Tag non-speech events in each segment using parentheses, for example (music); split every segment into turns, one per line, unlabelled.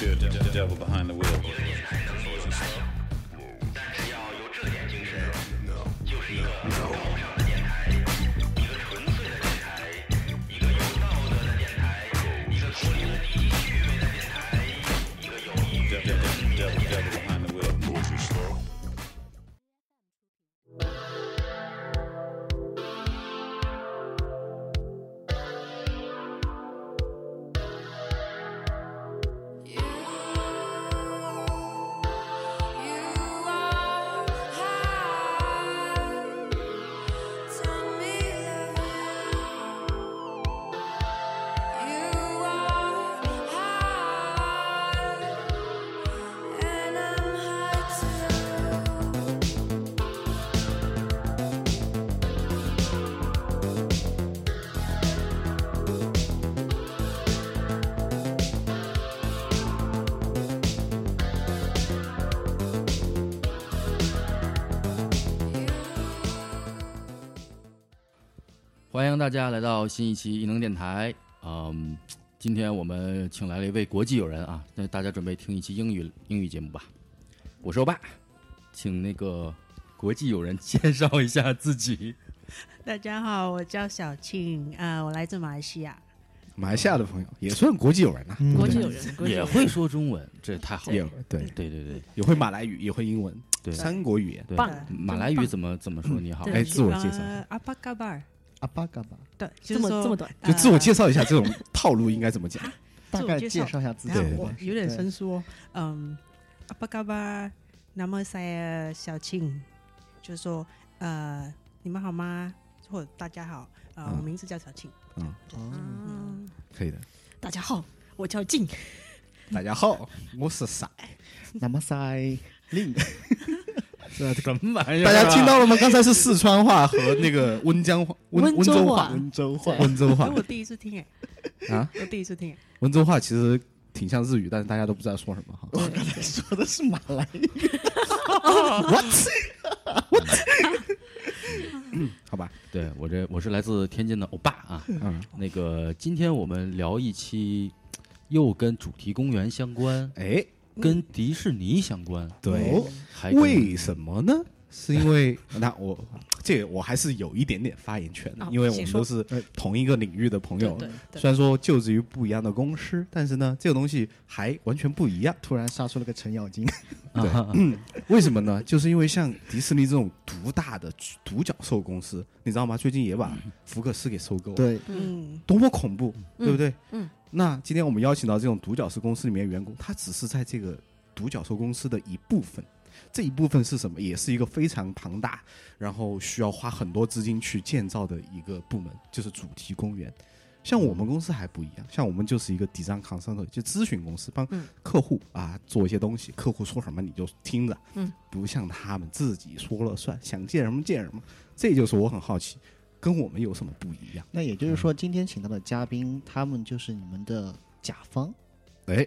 The devil behind the wheel.
欢迎大家来到新一期异能电台。嗯，今天我们请来了一位国际友人啊，那大家准备听一期英语英语节目吧。我是欧巴，请那个国际友人介绍一下自己。
大家好，我叫小庆啊、我来自马来西亚，
马来西亚的朋友也算国际友人呐、
嗯
国际友人，国际
也
友人
会说中文，这太好
也
了。
对，
对对对
也会马来语，也会英文，
对
三国语言。
对，
棒
马来语怎么怎么说？你好，
对
哎自我介绍一下
呃阿巴嘎巴尔，
阿巴嘎巴，
对，就
这
是
么
说
这么短，
就
呃
自我介
绍。
绍一下，这种套路应该怎么
啊
讲？
大
自我
概
介
介
绍
绍一下
(laughs)
自己
等
对
下
的
我
关系。
有点
对
生疏哦，嗯，阿巴嘎巴，那么塞小庆，就说呃，你们好吗？或者大家好，呃，
嗯
我名字叫小庆，
哦
嗯，
可以的。
大家好，我叫静，
大家好，我是傻。
那么塞令，
什么玩
哎
意儿
大
啊？
家听到了吗？刚才是四川话和那个温江话、温
(laughs) 温州
州
话
温
(laughs)
州话，
温州
哎
话，
我
(laughs)
第一次听哎，
啊，
我第一次听哎，
温州话其实挺像日语，但是大家都不知道说什
(laughs)
么哈。
我刚才说的是马来语，
(laughs)
好吧，
对我这我是来自天津的欧巴啊。
嗯，
那个今天我们聊一期，又跟主题公园相关，
哎，
跟迪士尼相关，
对，
哦
还跟
为什么呢？
(laughs)
是因为那我这个我还是有一点点发言权的
啊，
因为我
请
们
说
都是
哎
同一个领域的朋友，
对对
虽然说就职于不一样的公司，但是呢，这个东西还完全不一样。
突然杀出了个程咬金，
对，嗯，为什
(laughs)
么呢？就是因为像迪士尼这种独大的独角兽公司，你知道吗？最近也把福克斯给收购，，
对，
嗯，
多么恐怖，对不对？
嗯。
那今天我们邀请到这种独角兽公司里面的员工，他只是在这个独角兽公司的一部分。这一部分是什么？也是一个非常庞大，然后需要花很多资金去建造的一个部门，就是主题公园。像我们公司还不一样，像我们就是一个 design consultant，就咨询公司，帮
嗯
客户啊做一些东西，客户说什么你就听着，
嗯，
不像他们自己说了算，想建什么建什么。这就是我很好奇，跟我们有什么不一样？
那也就是说，今天请到的嘉宾，他们就是你们的甲方，
哎，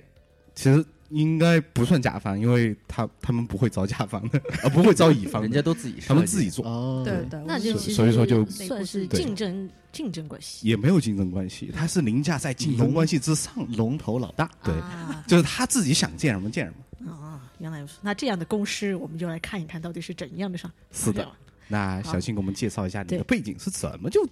其实应该不算甲方，因为他他们不会招甲方的，啊，不会招乙方的，
人家都自己设计
(laughs) 他们自己做，
哦，
对，嗯对，
那
我
就是其实
所以说就
算是
对
竞争竞争关系。
也没有竞争关系，他是凌驾在竞争关系之上的，
龙头老大，
对
啊
就是他自己想建什么建什么。
啊，原来如此。那这样的公司，我们就来看一看到底是怎样的上。
是的
这样
那小庆给我们介绍一下你
对
的背景是怎么就，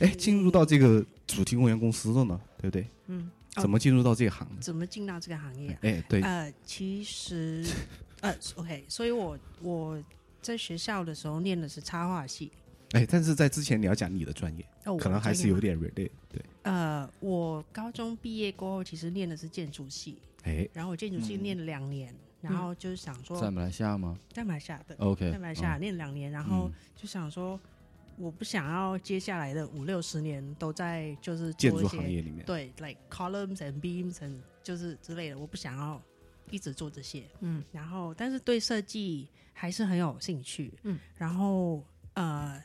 哎，进入到这个主题公园公司的呢？对不对？
嗯，哦
怎么进入到这一行的？
怎么进到这个行业啊？
哎，对，
呃，其实，
(laughs)
呃，OK，所以我我在学校的时候念的是插画系，
哎，但是在之前你要讲你的专业，
哦，我
可能还是
专业
有
吗。
点 relate。对，
呃，我高中毕业过后，其实念的是建筑系，
哎，
然后我建筑系念了两年，
嗯
然后就是想
在
说
马来西亚吗
在马来西亚
哦
的，
？OK，嗯
在马来西
嗯
亚念两年，然后就想说，我不想要接下来的五六十年都在就是
建
做
筑
一
行
些
业里面，
对，like columns and beams and 就是之类的，我不想要一直做这些。
嗯，
然后但是对设计还是很有兴趣，
嗯，
然后呃，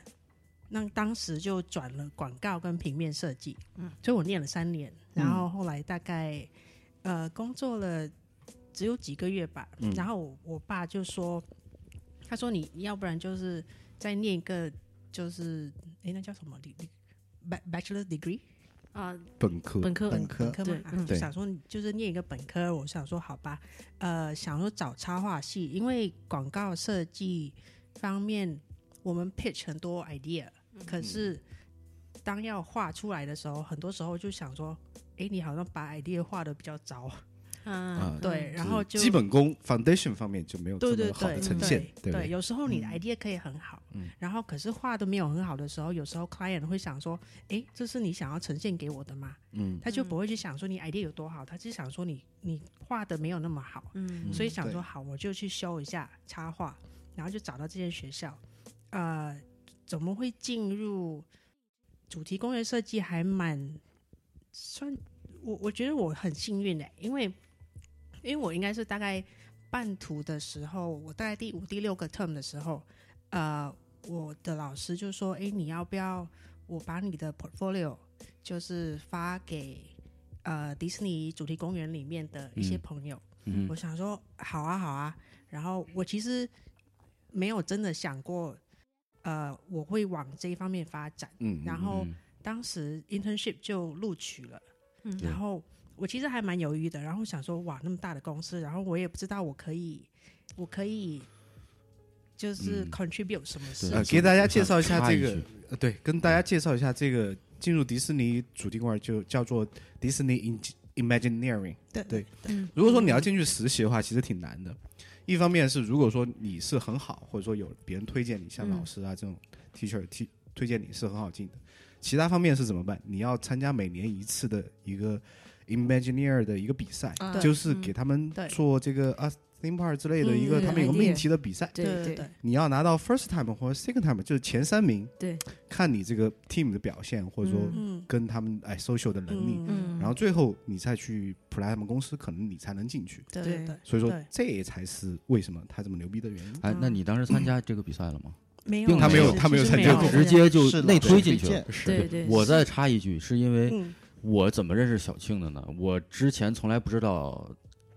那当时就转了广告跟平面设计，嗯，所以我念了三年，然后后来大概呃工作了只有几个月吧，
嗯
然后我我爸就说，他说你要不然就是再念一个就是诶，那叫什么理理 ba- bachelor degree
啊，
本科
本科
本科
本科嘛
对，
啊
嗯
就
对
想说你就是念一个本科，我想说好吧，呃，想说找插画系，因为广告设计方面我们 pitch 很多 idea，可是
嗯
当要画出来的时候，很多时候就想说，诶，你好像把 idea 画的比较早，
嗯
啊，
对，然后就
基本功 foundation 方面就没有这
对对
么
对
好的呈
对
现，
对
不对？嗯
有时候你的 idea 可以很好，然后可是画的没有很好的时候，有时候 client 会想说，诶，这是你想要呈现给我的吗？
嗯，
他就不会去想说你 idea 有多好，他就想说你你画的没有那么好，
嗯
所以想说
对
好，我就去修一下插画，然后就找到这间学校。呃，怎么会进入主题工业设计？还蛮算我，我觉得我很幸运的、因为因为我应该是大概半途的时候，我大概第五、第六个 term 的时候，呃，我的老师就说：“诶，你要不要我把你的 portfolio 就是发给呃迪士尼主题公园里面的一些
嗯
朋友？”
嗯
我
哼
想说好啊好啊，然后我其实没有真的想过，呃，我会往这一方面发展。
嗯，
然后
嗯
当时 internship 就录取了，
嗯
然后我其实还蛮犹豫的，然后想说哇那么大的公司，然后我也不知道我可以，我可以就是
嗯
contribute 什么事，
呃，给大家介绍一下
插
这
一
个
句，嗯
呃，对，跟大家介绍一下这个进入迪士尼主题公园就叫做迪士尼 In Imagineering。
对
对
嗯
如果说你要进去实习的话，其实挺难的。一方面是如果说你是很好，或者说有别人推荐你，像
嗯
老师啊这种 teacher 推推荐你是很好进的。其他方面是怎么办？你要参加每年一次的一个 Imagineer 的一个比赛，
啊
就是
嗯
给他们
对
做这个啊 theme park 之类的一个，
嗯
他们有个
idea
命题的比赛。
对
对
对
对，
你要拿到 first time 或者 second time，就是前三名，
对，
看你这个 team 的表现，或者说
嗯
嗯
跟他们哎 social 的能力，
嗯，
嗯，
然后最后你再去 apply 他们公司，可能你才能进去。
对
对
对对，
所以说
对，
这才是为什么他这么牛逼的原因。
嗯
哎，那你当时参加这个比赛了吗？
没有
并
啊
他没有
其实
他没有
其实
参加
没
过
直接就是内
老
推
师
进
推
去
荐
了。
是
对对，
我再插一句，是因为
嗯
我怎么认识小庆的呢？我之前从来不知道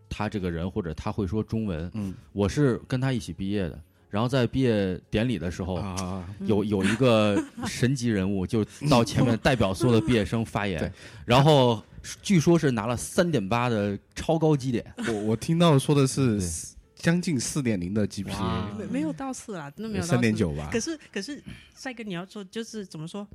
他这个人，或者他会说中文。
嗯
我是跟他一起毕业的，然后在毕业典礼的时候，
啊，
有有一个神级人物就到前面代表所有的毕业生发言
(laughs) 对，
然后据说是拿了三点八的超高绩点，
我我听到说的是
对
将近四点零的 GPA，
哇
没没有到四啦，真的没有到
三点
四。
九吧
可。是可是，帅哥，你要说就是怎么说？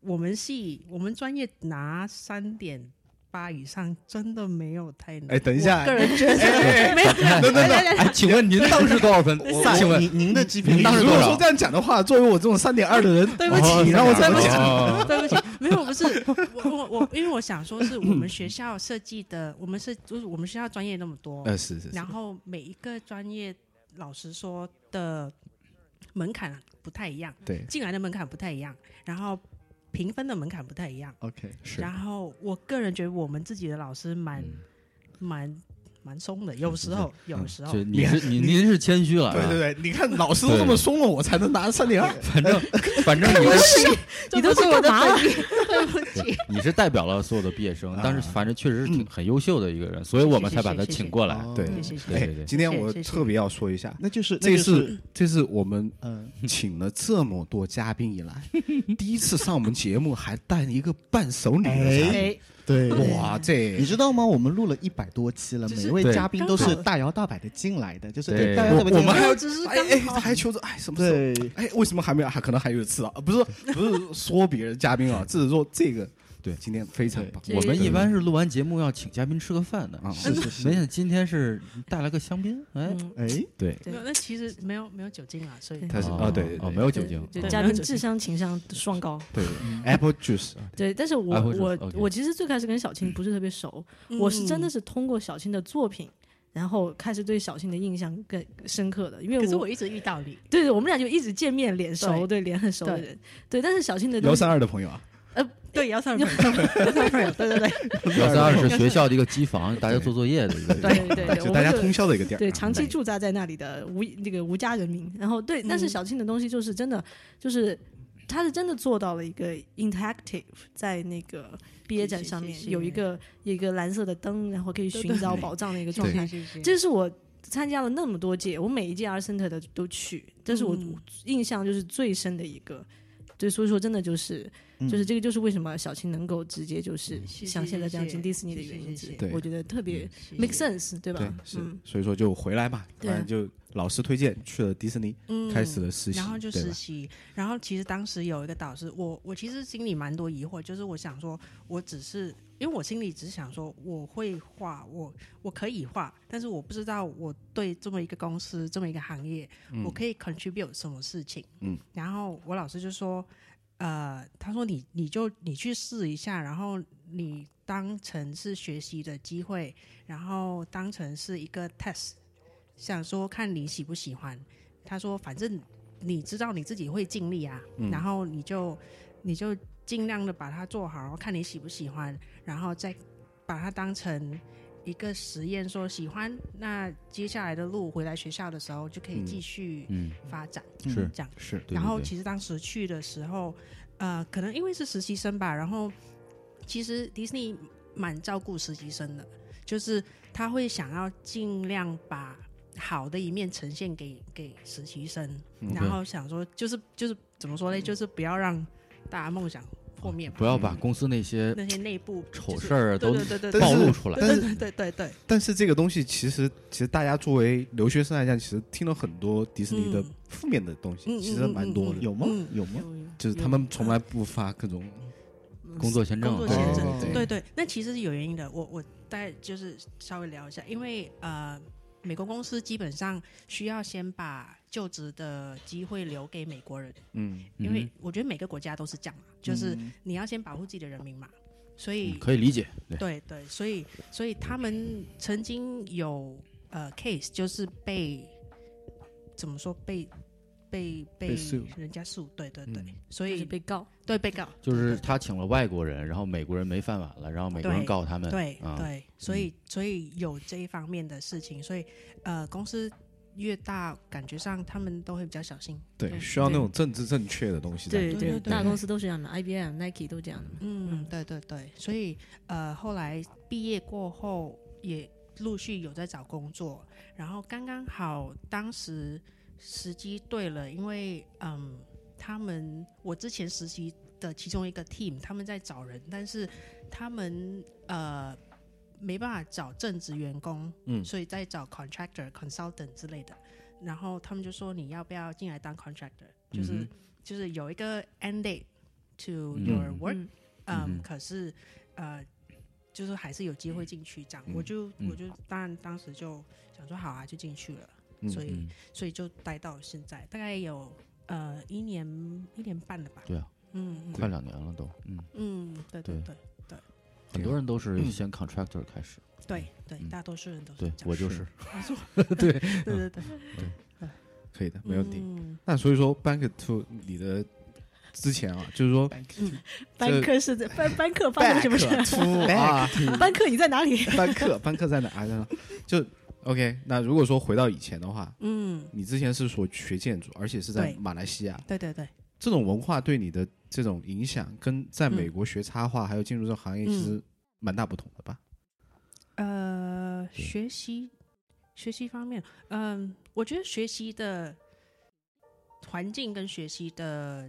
我们系我们专业拿三点八以上，真的没有太难。
哎，等一下
我个，人觉得 (laughs) 没有太
等等等，
哎，请问您当时多少分？
我
嗯请问
我哦您您的 GPA
你
当时
如
多
果
少
说这样讲的话，作为我这种三点二的人，
对不起
你让我怎么讲？
讲？
对不起，没有，不是我我我，因为我想说，是我们学校设计的，我们是就是我们学校专业那么多，
哎
呃，是是是
然后每一个专业，老实说的门槛不太一样，
对，
进来的门槛不太一样，然后评分的门槛不太一样。
OK
是
然后我个人觉得我们自己的老师蛮、蛮蛮松的，有时候有时候
就你是你您是谦虚了，
对
啊
对对，你看老师都这么松了，我才能拿三点二。
反正啊反正你是
你都是我的
干嘛
本意， (laughs) 对不起，
你是代表了所有的毕业生
啊，
但是反正确实是挺很优秀的一个人，所以我们才把他请过来。
哦
对
谢谢谢
对
谢。
对对
哎今天我
谢谢
特别要说一下，
那就是那
这
就是
这是我们
嗯，
请了这么多嘉宾以来，第一次上我们节目还带一个伴手礼的产品，
哎，
对
哇，这
哦你知道吗？我们录了一百多期了，
就
每
是
一位
对
嘉宾都是
刚好
大摇大摆的进来的，就是
对
对大摇
我
大摆地
我
进
们
来。
还有
只是
哎
刚
哎
好
还求着哎什么时候？
对，
哎，为什么还没有？还可能还有一次啊，不是不是说别人嘉宾啊，只是说这个
对
今天非常棒。
我们一般是录完节目要请嘉宾吃个饭的
啊，
是是是
没想到今天是带来个香槟，哎，
嗯，
哎，
对，
没有那其实没有没有酒精啊，所以
对
他是
哦
啊，对对
哦，
对
没有酒精，
对
哦
嘉宾智商情商双高。
对，Apple Juice，
对，但是我、
啊或者
我、
OK
我其实最开始跟小青不是特别熟，我是
嗯
真的是通过小青的作品，然后开始对小青的印象更深刻的，因为
嗯。可是我一直遇到你，
对对，我们俩就一直见面，脸熟，对脸很熟的
对
人，对。但是小青的
幺
东西
三二的朋友啊，
对姚三儿
(laughs)
姚三儿对对
(laughs)
对，
幺三二是学校的一个机房，大家做作业的一个。
对对对，啊我
就
们
大家
就
通宵的一个地啊儿，
对长期
嗯对
驻扎在那里的无那个无家人民。然后对，但是
嗯
小庆的东西就是真的就是他是真的做到了一个 interactive，在那个毕业展上
是
面
是是
有一个有一个蓝色的灯，然后可以寻找宝藏的一个状态。
是是，
这是我参加了那么多届，我每一届 R Center 的都去，这是我
嗯
印象就是最深的一个。对，所以说真的就是，就是这个就是为什么小青能够直接就是
是
像
是
现在这样
是
进迪士尼的
是
原
是
因之
是
一
对，
我觉得特别
是
make sense，对吧？
对，是
嗯，，
所以说就回来嘛，
对
反正就老师推荐去了迪士尼，
嗯
开始了实习，
然后就
对
实
吧？
习，然后其实当时有一个导师，我我其实心里蛮多疑惑，就是我想说，我只是因为我心里只是想说，我会画，我我可以画，但是我不知道我对这么一个公司这么一个行业，我可以 contribute 什么事情。
嗯，
然后我老师就说，呃，他说你你就你去试一下，然后你当成是学习的机会，然后当成是一个 test，想说看你喜不喜欢。他说反正你知道你自己会尽力啊，然后你就你就尽量的把它做好，然后看你喜不喜欢，然后再把它当成一个实验，说喜欢，那接下来的路回来学校的时候就可以继续
嗯，
发展，
是
这样。
是
对
然后
对对
其实当时去的时候，呃，可能因为是实习生吧，然后其实迪士尼蛮照顾实习生的，就是他会想要尽量把好的一面呈现给给实习生，
嗯
然后想说就是就是怎么说呢，就是不要让大家梦想破灭吧，
不要把
嗯
公司那些
嗯那些内部
丑
就是
事儿啊都
对对对对
暴
对
露出来。
但是
对对对对对，
但是这个东西其实，其实大家作为留学生来讲，其实听了很多迪士尼的
嗯
负面的东西，
嗯嗯
其实蛮多的。
有吗
嗯？
有嗯吗？
就是他们从来不发各种，
工作签证啊，
嗯工
作签证
对对
对对，那其实是有原因的。我我大概就是稍微聊一下，因为呃，美国公司基本上需要先把就职的机会留给美国人，
嗯，
因为
嗯
我觉得每个国家都是这样嘛，就是你要先保护自己的人民嘛。所以
嗯可以理解。对，
对对，所以所以他们曾经有呃 case 就是被怎么说被被被
被 sue
人家诉，对对对，
嗯
所
就
以
是被告。
对被告
就是他请了外国人，然后美国人没饭碗了，然后美国人
对
告他们。
对
啊，
对，所以所以有这一方面的事情，所以呃，公司越大，感觉上他们都会比较小心。
对，
嗯
需要那种政治正确的东西在里
对
面。
对对
大公司都是这样的，IBM、Nike 都这样的。
嗯
嗯，
对对对，所以呃，后来毕业过后也陆续有在找工作，然后刚刚好当时时机对了，因为嗯，他们我之前实习的其中一个 team 他们在找人，但是他们呃没办法找正职员工，
嗯
所以在找 contractor、consultant 之类的，然后他们就说你要不要进来当 contractor，就是、
嗯哼
就是有一个 end date to
嗯
your work，
嗯
嗯
嗯
哼，
可是呃，就是还是有机会进去这样。
嗯
我就
嗯
我就当然当时就想说好啊，就进去了，
嗯
所以
嗯，
所以就待到现在，大概有呃一年一年半了吧。
对啊，
嗯
快
嗯
两年了都。嗯，
嗯，对对对嗯
很多人都是先 contractor 开始。
对对，
嗯
大多数人都是
对
这样
我就是，
对对对，
可以的，没问题。
(laughs) 嗯
那所以说，Bank to 你的之前啊，就是说
嗯
班克是在班班克发生什么事？
to 啊，
班克你在哪里？
(laughs) 班克班克在哪啊？就 OK。那如果说回到以前的话，
嗯，
你之前是说学建筑，而且是在
对
马来西亚，
对对对，
这种文化对你的这种影响，跟在美
嗯
国学插画还有进入这个行业
嗯
其实蛮大不同的吧？
呃，学习学习方面，嗯，我觉得学习的环境跟学习的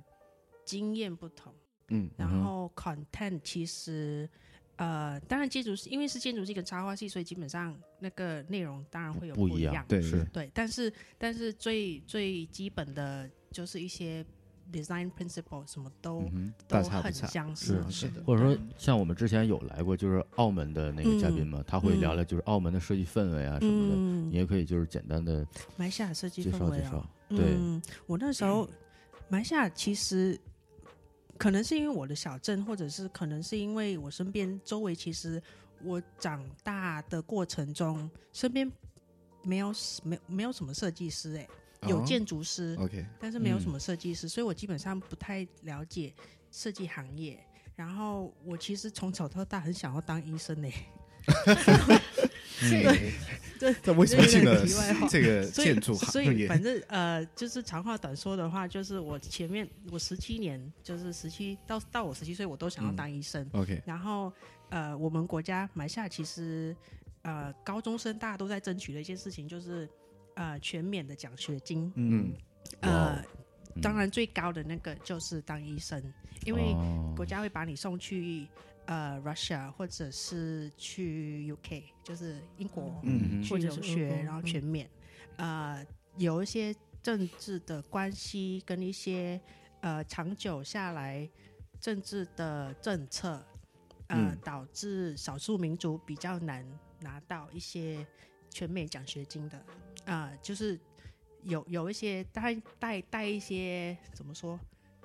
经验不同。
嗯
然
嗯哼
后 content 其实，呃，当然建筑系因为是建筑系跟插画系，所以基本上那个内容当然会有
不
一
一样
对，
是
对，但是但是最最基本的就是一些 design principle 什么都、
嗯
都
大差不
很
差
相似
是。
是的
哼，或者说像我们之前有来过，就是澳门的那个嘉宾嘛，他会聊聊就是澳门的设计氛围啊什么的。
嗯
你，也可以就是简单的
马来西亚设计
介
氛
绍
围
介
啊、
绍，对，
嗯，我那时候马来西亚其实可能是因为我的小镇，或者是可能是因为我身边周围，其实我长大的过程中，身边没有没没有什么设计师、欸，哎，有
哦
建筑师， (laughs)
OK，
但是没有
嗯
什么设计师，所以我基本上不太了解设计行业。欸然后我其实从小到大很想要当医生呢、对 (laughs)
(laughs)
对，
在嗯为什么进了
这个题外话
这个
所以
呃建筑
所
行
以
业？
反正呃，就是长话短说的话，就是我前面我十七年，就是十七到到我十七岁，我都想要
嗯
当医生。
(laughs) OK，
然后呃，我们国家马来西亚其实呃高中生大家都在争取的一件事情就是呃全免的奖学金，
嗯，
呃，当然最高的那个就是当医生，因为国家会把你送去。呃，Russia 或者是去 UK，就是英国，
嗯
去
或者
留
是
学，
欧洲
然后
嗯
全免。呃，有一些政治的关系跟一些呃长久下来政治的政策，呃，
嗯
导致少数民族比较难拿到一些全美奖学金的，呃，就是有有一些当然带带一些怎么说，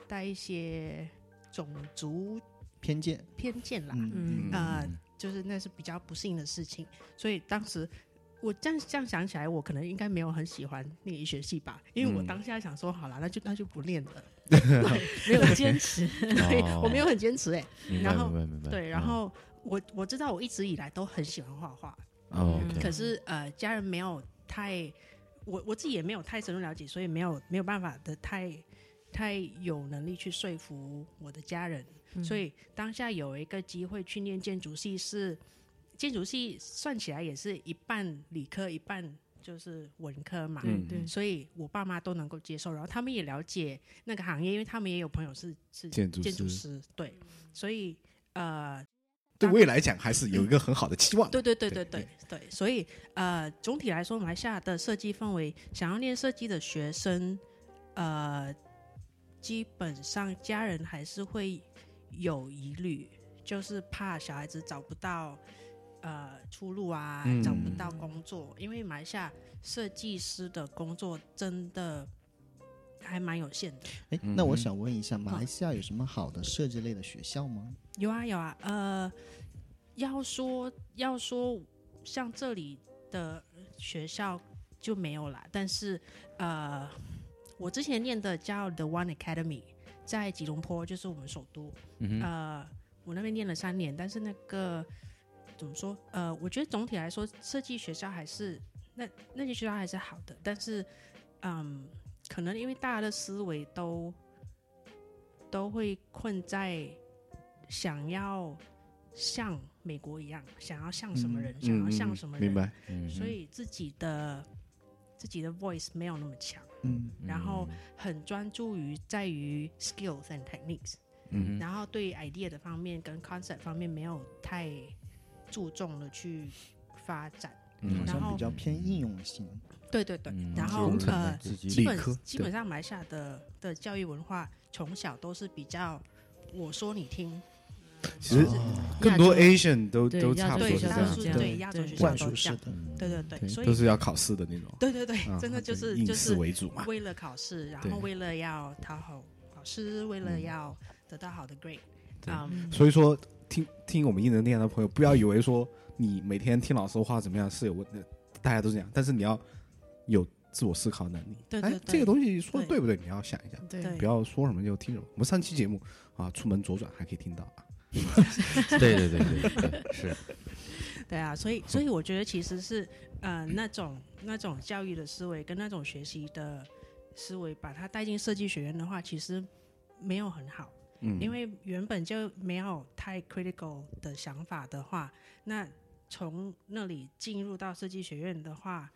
带一些种族
偏见，
偏见啦，
嗯
呃，就是那是比较不幸的事情，所以当时我这样这样想起来，我可能应该没有很喜欢念医学系吧，因为我
嗯
当下想说，好了，那就那就不练了，
没有坚持，
对我没有很坚持哎、
明白
然后
明白明白。
嗯
对，然后我我知道我一直以来都很喜欢画画，
哦
嗯，
可是呃，家人没有太，我我自己也没有太深入了解，所以没有没有办法的太太有能力去说服我的家人，
嗯
所以当下有一个机会去念建筑系是，建筑系算起来也是一半理科一半就是文科嘛，
对
嗯
对，
所以我爸妈都能够接受，然后他们也了解那个行业，因为他们也有朋友是是
建筑
建筑
师
师，对，所以呃，
对未来讲还是有一个很好的期望。
对对对
对
对对对，所以呃，总体来说，马来西亚的设计氛围，想要念设计的学生，呃，基本上家人还是会有疑虑，就是怕小孩子找不到呃出路啊，
嗯
找不到工作，因为马来西亚设计师的工作真的还蛮有限的。
哎，
嗯
那我
嗯
想问一下，马来西亚有什么好的设计类的学校吗？
有啊有啊，呃，要说要说像这里的学校就没有啦，但是呃，我之前念的叫 The One Academy，在吉隆坡，就是我们首都，
嗯哼
呃，我那边念了三年，但是那个怎么说？呃，我觉得总体来说，设计学校还是那那些学校还是好的，但是，嗯，可能因为大家的思维都都会困在想要像美国一样，想要像什么人，想要像什么人，
嗯明白？
嗯嗯哼
所以自己的自己的 voice 没有那么强。
嗯，
然后很专注于在于 skills and techniques，
嗯
然后对 idea 的方面跟 concept 方面没有太注重的去发展。
嗯
好
然
像
后
比较偏应用型。
对对对，
嗯
然后
工程
呃，
自己
(laughs) 基
理
本
科
基
对
本上马来西亚的的教育文化从小都是比较我说你听，
其实更多 Asian 都
对
都差不多
对
是
亚洲
这
大
样
多数对嗯亚洲
子，
是这样对
学校
灌
都
输
这
式
样，
的，
对对对，所以
都是要考试的那种，
对对对，
啊
真的就是
应
就是
试为主嘛。
为了考试，然
对嗯
后为了要讨好老师，为了要得到好的 grade，
对
嗯
所以说，听听我们艺能电台的朋友，不要以为说你每天听老师的话怎么样是有问的，大家都这样，但是你要有自我思考能力。
对
哎
对，
这个东西说的
对
对不对？你要想一下，
对
对
不要说什么就听什么。我们上期节目啊，出门左转还可以听到啊。
对对对对对，
(laughs)
是
对啊，所以所以我觉得其实是呃那种那种教育的思维跟那种学习的思维，把它带进设计学院的话，其实没有很好，
嗯，
因为原本就没有太 critical 的想法的话，那从那里进入到设计学院的话，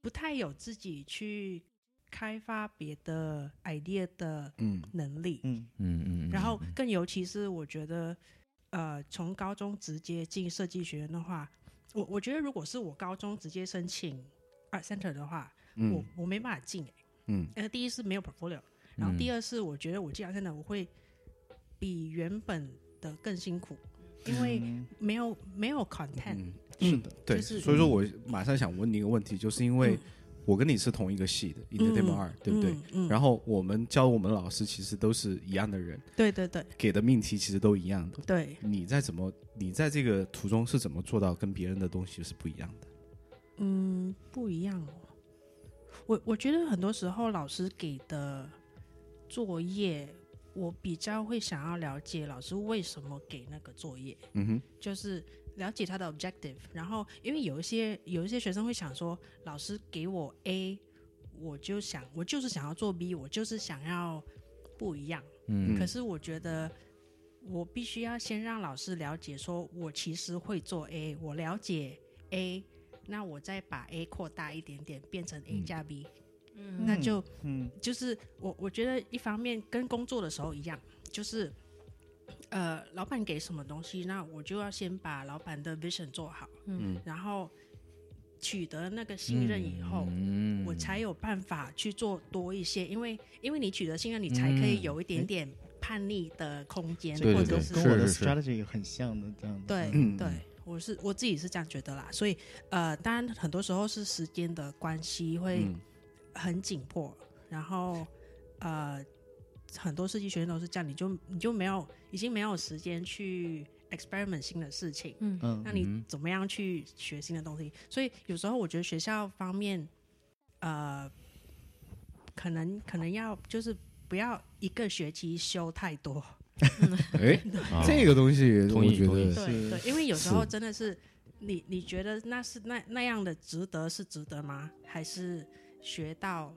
不太有自己去开发别的 idea 的
嗯
能力，
嗯，
嗯嗯，嗯
然后更尤其是我觉得，呃，从高中直接进设计学院的话，我我觉得如果是我高中直接申请 Art Center 的话，我
嗯
我没办法进、欸、
嗯
呃，第一是没有 portfolio，然后第
二
二是我觉得我进 Art Center 我会比原本的更辛苦，因为没有没有 content，
嗯，是的，对。
就是
所以说我马上想问你一个问题，就是因为我跟你是同一个系的 i n t e r t a i n m e n 二，对不对？
嗯，嗯
然后我们教我们的老师其实都是一样的人，
对对对
给的命题其实都一样的。
对，
你在怎么你在这个途中是怎么做到跟别人的东西是不一样的？
嗯，不一样哦。我我觉得很多时候老师给的作业，我比较会想要了解老师为什么给那个作业，
嗯哼，
就是了解他的 objective，然后因为有一些有一些学生会想说，老师给我 A，我就想我就是想要做 B，我就是想要不一样。
嗯
可是我觉得我必须要先让老师了解，说我其实会做 A，我了解 A，那我再把 A 扩大一点点，变成 A 加 B，、
嗯
那就
嗯
就是我我觉得一方面跟工作的时候一样，就是呃，老板给什么东西，那我就要先把老板的 vision 做好，
嗯，
然后取得那个信任以后，
嗯
我才有办法去做多一些，因为因为你取得信任，你才可以有一点点叛逆的空间，
对
或
对
者
对
是
跟我的
是是
strategy 很像的这样子。
对
嗯
对，我是我自己是这样觉得啦。所以呃，当然很多时候是时间的关系会
嗯
很紧迫，然后呃，很多设计学院都是这样，你就你就没有已经没有时间去 experiment 新的事情，
嗯
那你怎么样去学新的东西？所以有时候我觉得学校方面，呃，可能可能要就是不要一个学期修太多，
(laughs)
哎，啊
这个东西
同
我
意
觉
同意
得
对对，因为有时候
是
真的是你你觉得那是那那样的值得是值得吗？还是学到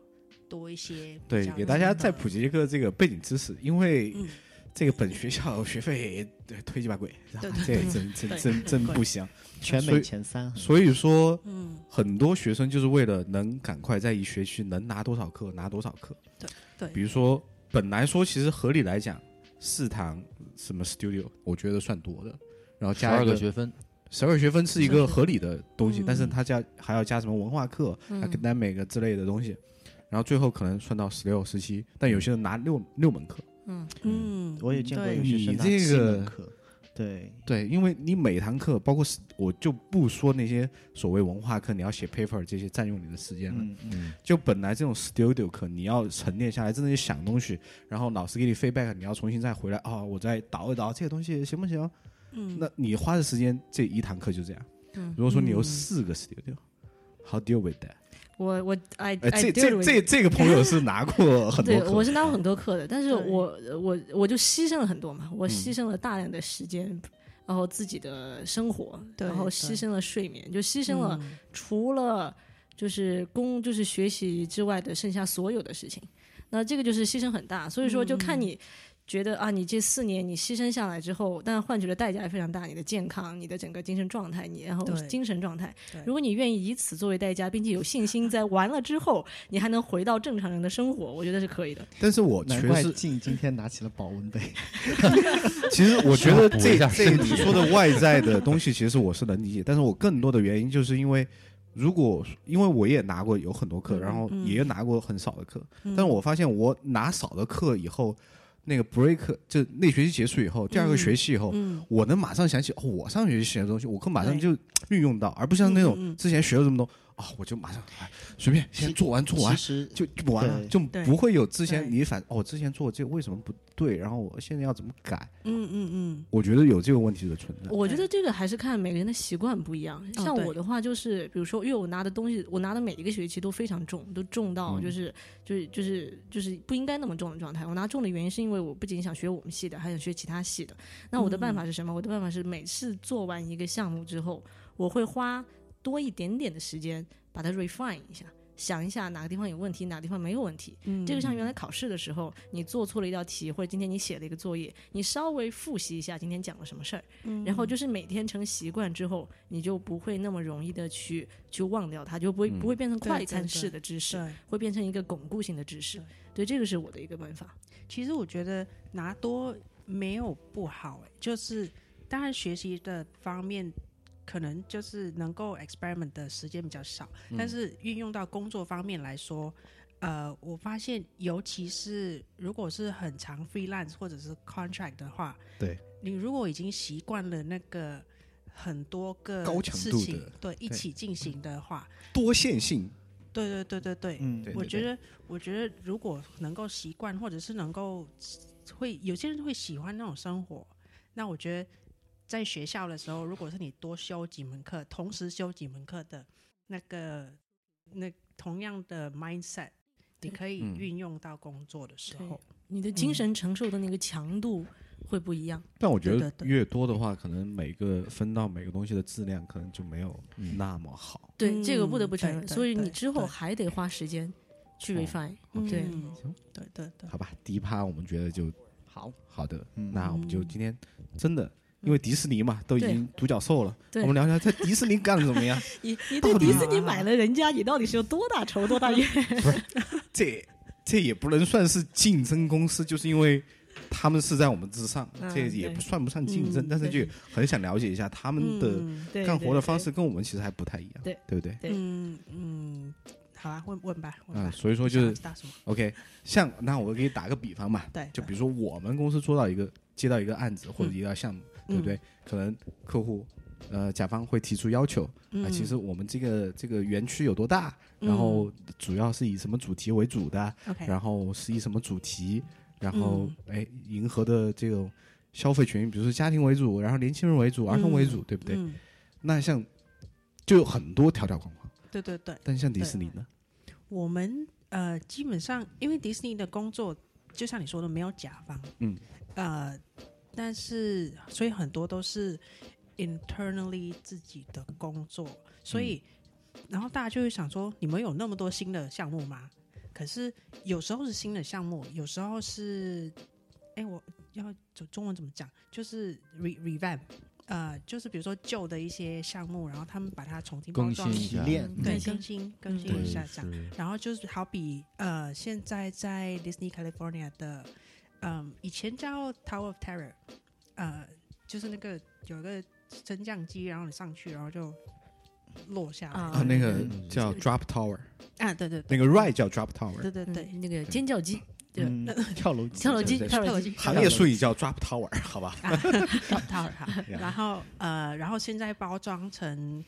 多一些？
对，给大家再普
及。
及一个这个背景知识，因为
嗯
这个本学校学费对推几把鬼，然后
对
这
对
真真
对
真真不香。
全
所
美
以
前三，
所以说，
嗯，
很多学生就是为了能赶快在一学期能拿多少课拿多少课。
对
比如说，本来说其实合理来讲，四堂什么 studio，我觉得算多的。然后
十
加
二
一
个学分，
十二学分是一个合理的东西，
嗯
但是它加还要加什么文化课、
嗯
academic 之类的东西，然后最后可能算到十六、十七，但有些人拿六六门课。
嗯
嗯，
我也见过有
对
学生拿
你这
七
个
门课，对，
对，因为你每堂课，包括是我就不说那些所谓文化课，你要写 paper 这些占用你的时间了。
嗯嗯
就本来这种 studio 课，你要沉淀下来，真的去想东西，然后老师给你 feedback，你要重新再回来啊、我再倒一倒这个东西行不行？
嗯，
那你花的时间这一堂课就这样。
嗯
如果说你有
嗯
四个 studio，how、deal with that？
我我 I
呃，
I
这
do
这
it
这这个朋友是拿过很多
哎对，我
课，
是拿过很多课的，但是
对
我我我就牺牲了很多嘛，
嗯
我牺牲了大量的时间，然后自己的生活，
对嗯
然后牺
对
牲了睡眠，就牺牲了除了就是工就是学习之外的剩下所有的事情。那这个就是牺牲很大，所以说就
嗯
看你觉得、啊，你这四年你牺牲下来之后，但换取的代价也非常大，你的健康、你的整个精神状态，你然后
对
精神状态
对。
如果你愿意以此作为代价，并且有信心，在完了之后你还能回到正常人的生活，我觉得是可以的。
但是我确
难怪
实，
静今天拿起了保温杯，
其实我觉
(laughs)
得
补
这
一下
这
身
你说的外在的东西，其实我是能理解，但是我更多的原因就是因为。如果因为我也拿过有很多课，
嗯
然后也拿过很少的课，
嗯，
但是我发现我拿少的课以后，那个 break 就那学期结束以后，第二个
嗯
学期以后，
嗯
我能马上想起哦，我上学期学的东西，我可马上
对
就运用到，而不像
嗯
那
嗯
种
嗯
之前学了这么多啊、我就马上哎随便先
其
做完 (laughs) 做完
其，实
就就不玩了，
对
就
对
不会有之前
对
你反哦，之前做这个为什么不对，然后我现在要怎么改？
嗯嗯嗯，
我觉得有这个问题的存在。
我觉得这个还是看每个人的习惯不一样。
哦
像
对
我的话，就是比如说，因为我拿的东西，我拿的每一个学期都非常重，都重到
嗯
就是、就是就是就是不应该那么重的状态。我拿重的原因是因为我不仅想学我们系的，还想学其他系的。那我的办
嗯
法是什么？我的办法是每次做完一个项目之后，我会花多一点点的时间把它 refine 一下。想一下哪个地方有问题，哪个地方没有问题。
嗯
这个像原来考试的时候，你做错了一道题，或者今天你写了一个作业，你稍微复习一下今天讲了什么事儿，
嗯
然后就是每天成习惯之后，你就不会那么容易的去去忘掉它，就不会、不会变成
对
快
对
餐
对
式的知识，
对，
会变成一个巩固性的知识。对，这个是我的一个办法。
其实我觉得拿多没有不好、欸，就是当然学习的方面可能就是能够 experiment 的时间比较少，
嗯
但是运用到工作方面来说，呃，我发现尤其是如果是很长 freelance 或者是 contract 的话，
对，
你如果已经习惯了那个。很多个
高强
事
度
情
的
对一
对
起进行的话，
多线性，
对对对对对，
嗯
对
我觉得，我觉得如果能够习惯，或者是能够会有些人会喜欢那种生活，那我觉得在学校的时候，如果是你多修几门课，同时修几门课的那个那同样的 mindset，你可以
嗯
运用到工作的时候。嗯
你的精神承受的那个强度会不一样。
但我觉
对
得
对对
越多的话，可能每个分到每个东西的质量可能就没有
嗯
那么好。
对，
嗯
这个不得不承
对
认。
对
所以
对
你之后
对
还得花时间去
哦
refine、
嗯
对，
对对对，
好吧，第一趴我们觉得就
好，
好的，
嗯
那我们就
嗯
今天真的，因为迪士尼嘛，都已
对
经独角兽了，
对
我们聊聊在迪士尼干的怎么样？
你你
到
对
底
迪士尼买了人家，你到底是有多大仇多大怨？
这这也不能算是竞争公司，就是因为他们是在我们之上，
嗯
这也不算不上竞争，
对
但是就很想了解一下他们的
嗯
对
干活的方。
对
式跟我们其实还不太一样，
对
对不对？
对
嗯嗯，好啊，问问吧，问
嗯，
吧，
所以说就
想要
是
知道什么？
OK，像那我给你打个比方嘛，
对，
就
对
比如说我们公司做到一个接到一个案子或者
嗯
一个项目，对不对？可能客户呃甲方会提出要求，啊，其
嗯
实我们这个这个园区有多大，然后主要是以什么主题为主的，
OK，
然后是以什么主题，然后
嗯
哎迎合的这种消费群，比如说家庭为主，然后年轻人为主，儿童为主，对不对？
嗯，
那像就有很多条条框框，
对对对，
但像迪士尼呢，
我们呃，基本上因为迪士尼的工作，就像你说的，没有甲方，
嗯，
呃，但是所以很多都是 internally 自己的工作，所以、
嗯
然后大家就会想说，你们有那么多新的项目吗？可是有时候是新的项目，有时候是，哎，我要中中文怎么讲？就是 re revamp，呃，就是比如说旧的一些项目，然后他们把它重新包
更
装
新
一下，
一
提
下，
炼
对，
更新
更新更
嗯
新
对
一下这样。
是
然后就是好比呃，现在在 Disney California 的，嗯、以前叫 Tower of Terror，呃，就是那个有一个升降机，然后你上去，然后就落下来。
啊
啊，那个
嗯
叫 Drop Tower，
啊，对对对，
那个 Ride 叫 Drop Tower，
对对
对
对，
对，那个尖叫鸡、对
嗯，
(laughs)
跳楼机，
跳楼机、
对对
跳楼
对
机，
行业术语叫 Drop Tower，好 (laughs) 吧？
好好。嗯 (laughs) 然后呃，然后现在包装成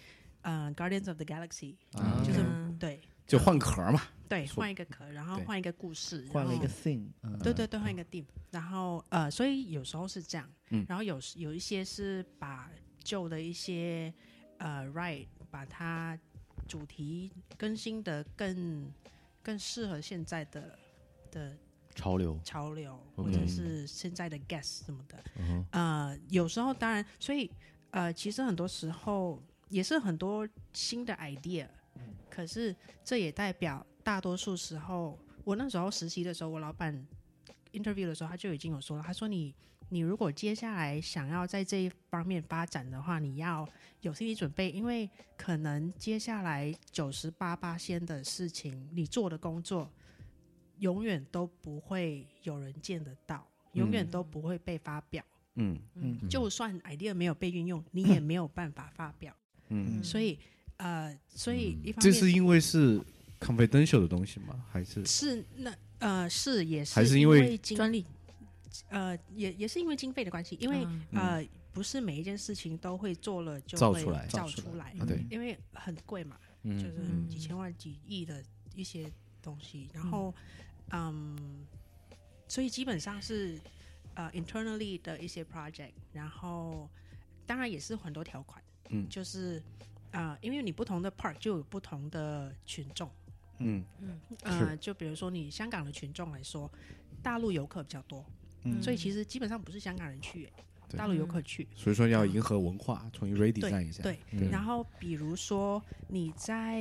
呃 Guardians of the Galaxy，
啊
就是
嗯
对
就换壳嘛，
对，
说
换一个壳，然后
对
换一个故事，
换了一
然后
个 thing，嗯嗯
对对对，换一个 team，然后呃，所以有时候是这样，然后有时有一些是把旧的一些呃 right 把它主题更新的更更适合现在的的
潮流，嗯
潮流，
OK
或者是现在的 guess 什么的，
嗯
呃，有时候当然，所以呃，其实很多时候也是很多新的 idea，可
嗯
是这也代表大多数时候，我那时候实习的时候，我老板 interview 的时候，他就已经有说了，他说你你如果接下来想要在这一方面发展的话，你要有心理准备，因为可能接下来九十八八仙的事情，你做的工作永远都不会有人见得到，永远都不会被发表。
嗯
嗯
就算 idea 没有被运用，你也没有办法发表。
嗯，
所以，呃，所以一方
这
面
是因为是 confidential 的东西吗？还是
是那呃是也是
还是因
因
为
经
专利，
呃也也是因为经费的关系，因
嗯
为、
啊
呃不是每一件事情都会做了就
造
会
出来
造
造出
出来，
啊对
因为很贵嘛，
嗯
就是
嗯
几千万、几亿的一些东西。然后，嗯，所以基本上是呃 internally 的一些 project，然后当然也是很多条款，
嗯
就是啊、呃因为你不同的 park 就有不同的群众，
嗯
呃，就比如说你香港的群众来说，大陆游客比较多，
嗯
所以其实基本上不是香港人去、
对
大陆游客去，
所以说要迎合文化，重新 ready
对
站一下。
对，
嗯
然后比如说你在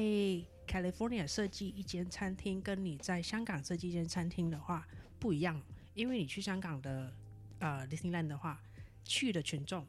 California 设计一间餐厅，跟你在香港设计一间餐厅的话不一样，因为你去香港的呃 Disneyland 的话，去的群众，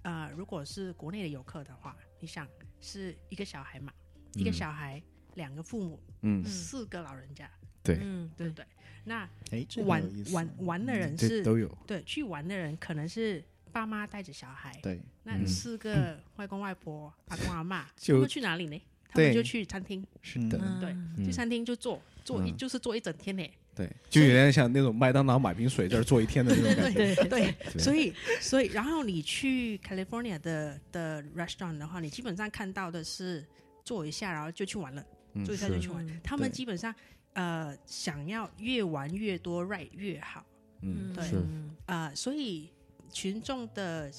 呃，如果是国内的游客的话，你想是一个小孩嘛，一个小孩，两个父母，
嗯
四个老人家，
对
嗯，
对
对
不，对？那
哎，这个
玩
有意思
玩玩的人
这
是，
嗯都有。
对，去玩的人可能是爸妈带着小孩，
对，
那
嗯
四个外公外婆、阿公阿妈，他
(laughs) 就
们去哪里呢？他
对
们就去餐厅，
是
嗯
的，
嗯
对去餐厅就坐坐一，
嗯
就是坐一整 (laughs) 天呢。
对，就有点像那种麦当劳买瓶水在这儿坐一天的那种感觉。
对，
对
对
所以所以，然后你去 California 的的 restaurant 的话，你基本上看到的是坐一下，然后就去玩了，
嗯
坐一下
是
就去玩
嗯。
他们
对
基本上呃，想要越玩越多，right 越好。
嗯，
对
是
啊，所以群众的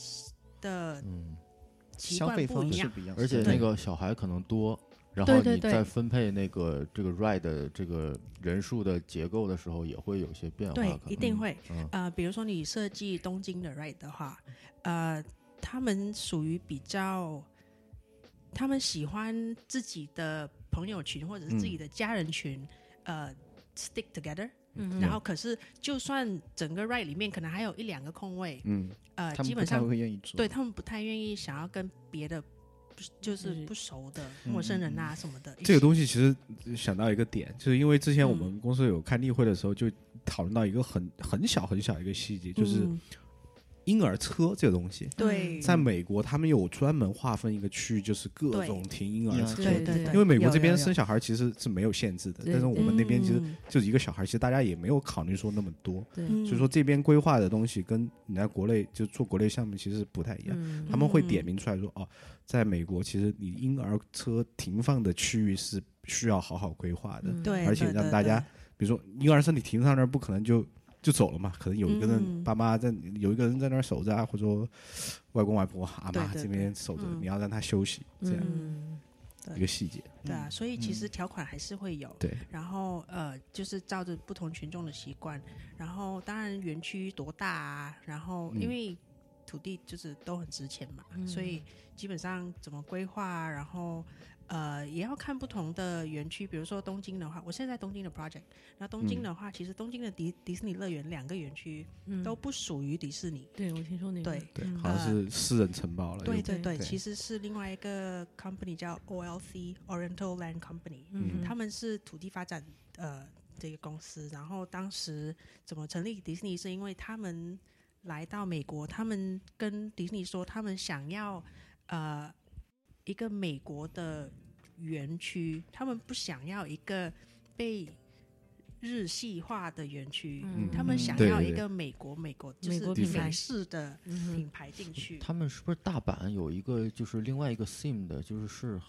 的
嗯，
习
消
惯
费
不
方
一
式
样，
不一样，
而且
对
那个小孩可能多，然
对
后
对
你
对
在分配那个这个 ride 的这个人数的结构的时候，也会有些变化。
对
可，能
一定会。
嗯
呃，比如说你设计东京的 ride 的话，呃，他们属于比较，他们喜欢自己的朋友群或者是自己的家人群，
嗯
呃，stick together。
嗯
然后可是就算整个 ride 里面可能还有一两个空位，
嗯，
呃，
他
基
们不
本
太
上
会愿意做。
对他们不太愿意想要跟别的。不是就是
就是
不熟的陌生人啊什么的，
嗯这个东西其实想到一个点，就是因为之前我们公司有开例会的时候，就讨论到一个很很小很小一个细节，就是
嗯
婴儿车这个东西，
对，
在美国他们有专门划分一个区域，就是各
对
种停婴儿
婴儿
车
车。
对对对，
因为美国
有
这边
有
生小孩其实是没有限制的，
对
但是我们那边其实
嗯
就一个小孩，其实大家也没有考虑说那么多，
对，
嗯
所以说这边规划的东西跟你在国内就做国内项目其实不太一样。
嗯
他们会点名出来说，哦，在美国，其实你婴儿车停放的区域是需要好好规划的，
嗯
对，
而且
对
让
对
大家
对
比如说婴儿车你停上那儿，不可能就就走了嘛，可能有一个
嗯
人爸妈在，有一个人在那儿守着啊，或者说外公外婆、啊阿
对
妈
对
这边守着，
嗯
你要让他休息，这样
嗯
一个细节。
对啊，所以其实条款还是会有。
对，
然后呃，就是照着不同群众的习惯，然后当然园区多大啊，然后因为土地就是都很值钱嘛，所以基本上怎么规划啊，然后呃也要看不同的园区。比如说东京的话，我现在在东京的 project，那东京的话，其实东京的迪迪士尼乐园两个园区
嗯
都不属于迪士尼。
对我听说那个
对
对，
嗯
好像是私人承包了。
对
有
对对，
对
其实是另外一个 company 叫 OLC Oriental Land Company，
嗯
他们是土地发展呃这个公司，然后当时怎么成立迪士尼，是因为他们来到美国，他们跟迪士尼说，他们想要呃一个美国的园区，他们不想要一个被日系化的园区，
嗯
他们
嗯
想
对
要
对
一
对
个美国美国就
美
是
国
品
美
牌
式的
嗯
品牌进去，
他们是不是大阪有一个就是另外一个 theme 的，就是是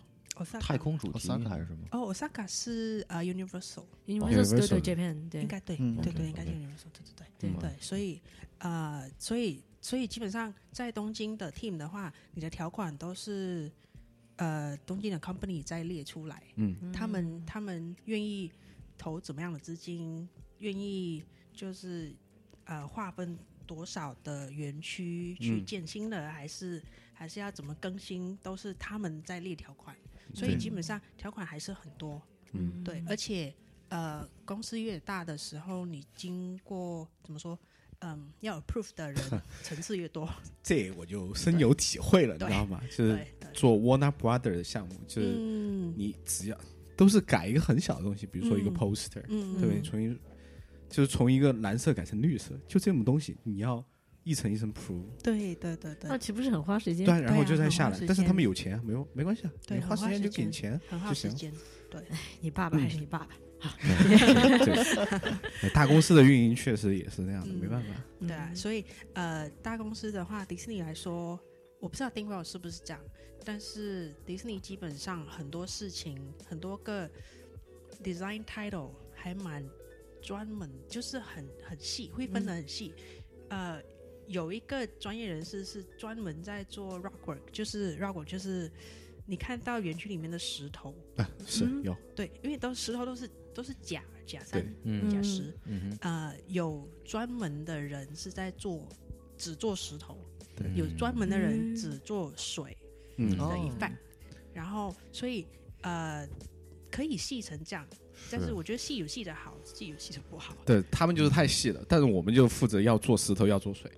太
Osaka
空主题
Osaka
还是什么？
哦，Osaka 是呃 Universal，
，Universal Studio
Universal
Japan 对
应，该对，
嗯
对对，
OK，
应该是
OK
Universal，对对
对
对对，所以呃，所以所以基本上在东京的 team 的话，你的条款都是呃东京的 company 在列出来，
嗯
他们他们愿意投怎么样的资金，愿意就是呃划分多少的园区去
嗯
建新的，还是还是要怎么更新，都是他们在列条款，所
嗯对
以基本上条款还是很多。
嗯
对，而且呃，公司越大的时候，你经过怎么说？嗯，要 approve 的人层次越多，
这我就深有体会了，你
对
知道吗？就是
对对，
做 Warner Brother 的项目，就是
嗯
你只要都是改一个很小的东西，比如说一个
嗯
poster，
嗯，
对不对？
嗯
从一就是从一个蓝色改成绿色，就这种东西，你要一层一层 prove，
对对对
那
对，
岂不是很花时间
对啊，？然后
对啊
就再
很
下
花
来
时。
但是他们
间
有钱啊，没有没关系啊，
对
你
很
花时
花
间
时
就给你
间
钱 (laughs)
很耗
就
时
行。
间。
你爸爸还是
嗯
你爸爸？
对大公司的运营确实也是那样的，
嗯
没办法。
对啊，所以呃，大公司的话，迪士尼来说，我不知道 d i n 是不是这样，但是迪士尼基本上很多事情，很多个 design title 还蛮专门，就是很很细，会分得很细。呃，有一个专业人士是专门在做 rock work，就是 rock work 就是你看到园区里面的石头，
是有
对，因为都石头都是都是假假山
对
嗯
假石，
嗯哼，
呃，有专门的人是在做只做石头，
对
有专门的人
嗯
只做水
嗯
哦
的一半，然后所以呃可以细成这样，但是我觉得细有细的好，细有细的不好。
对他们就是太细了，但是我们就负责要做石头，要做水，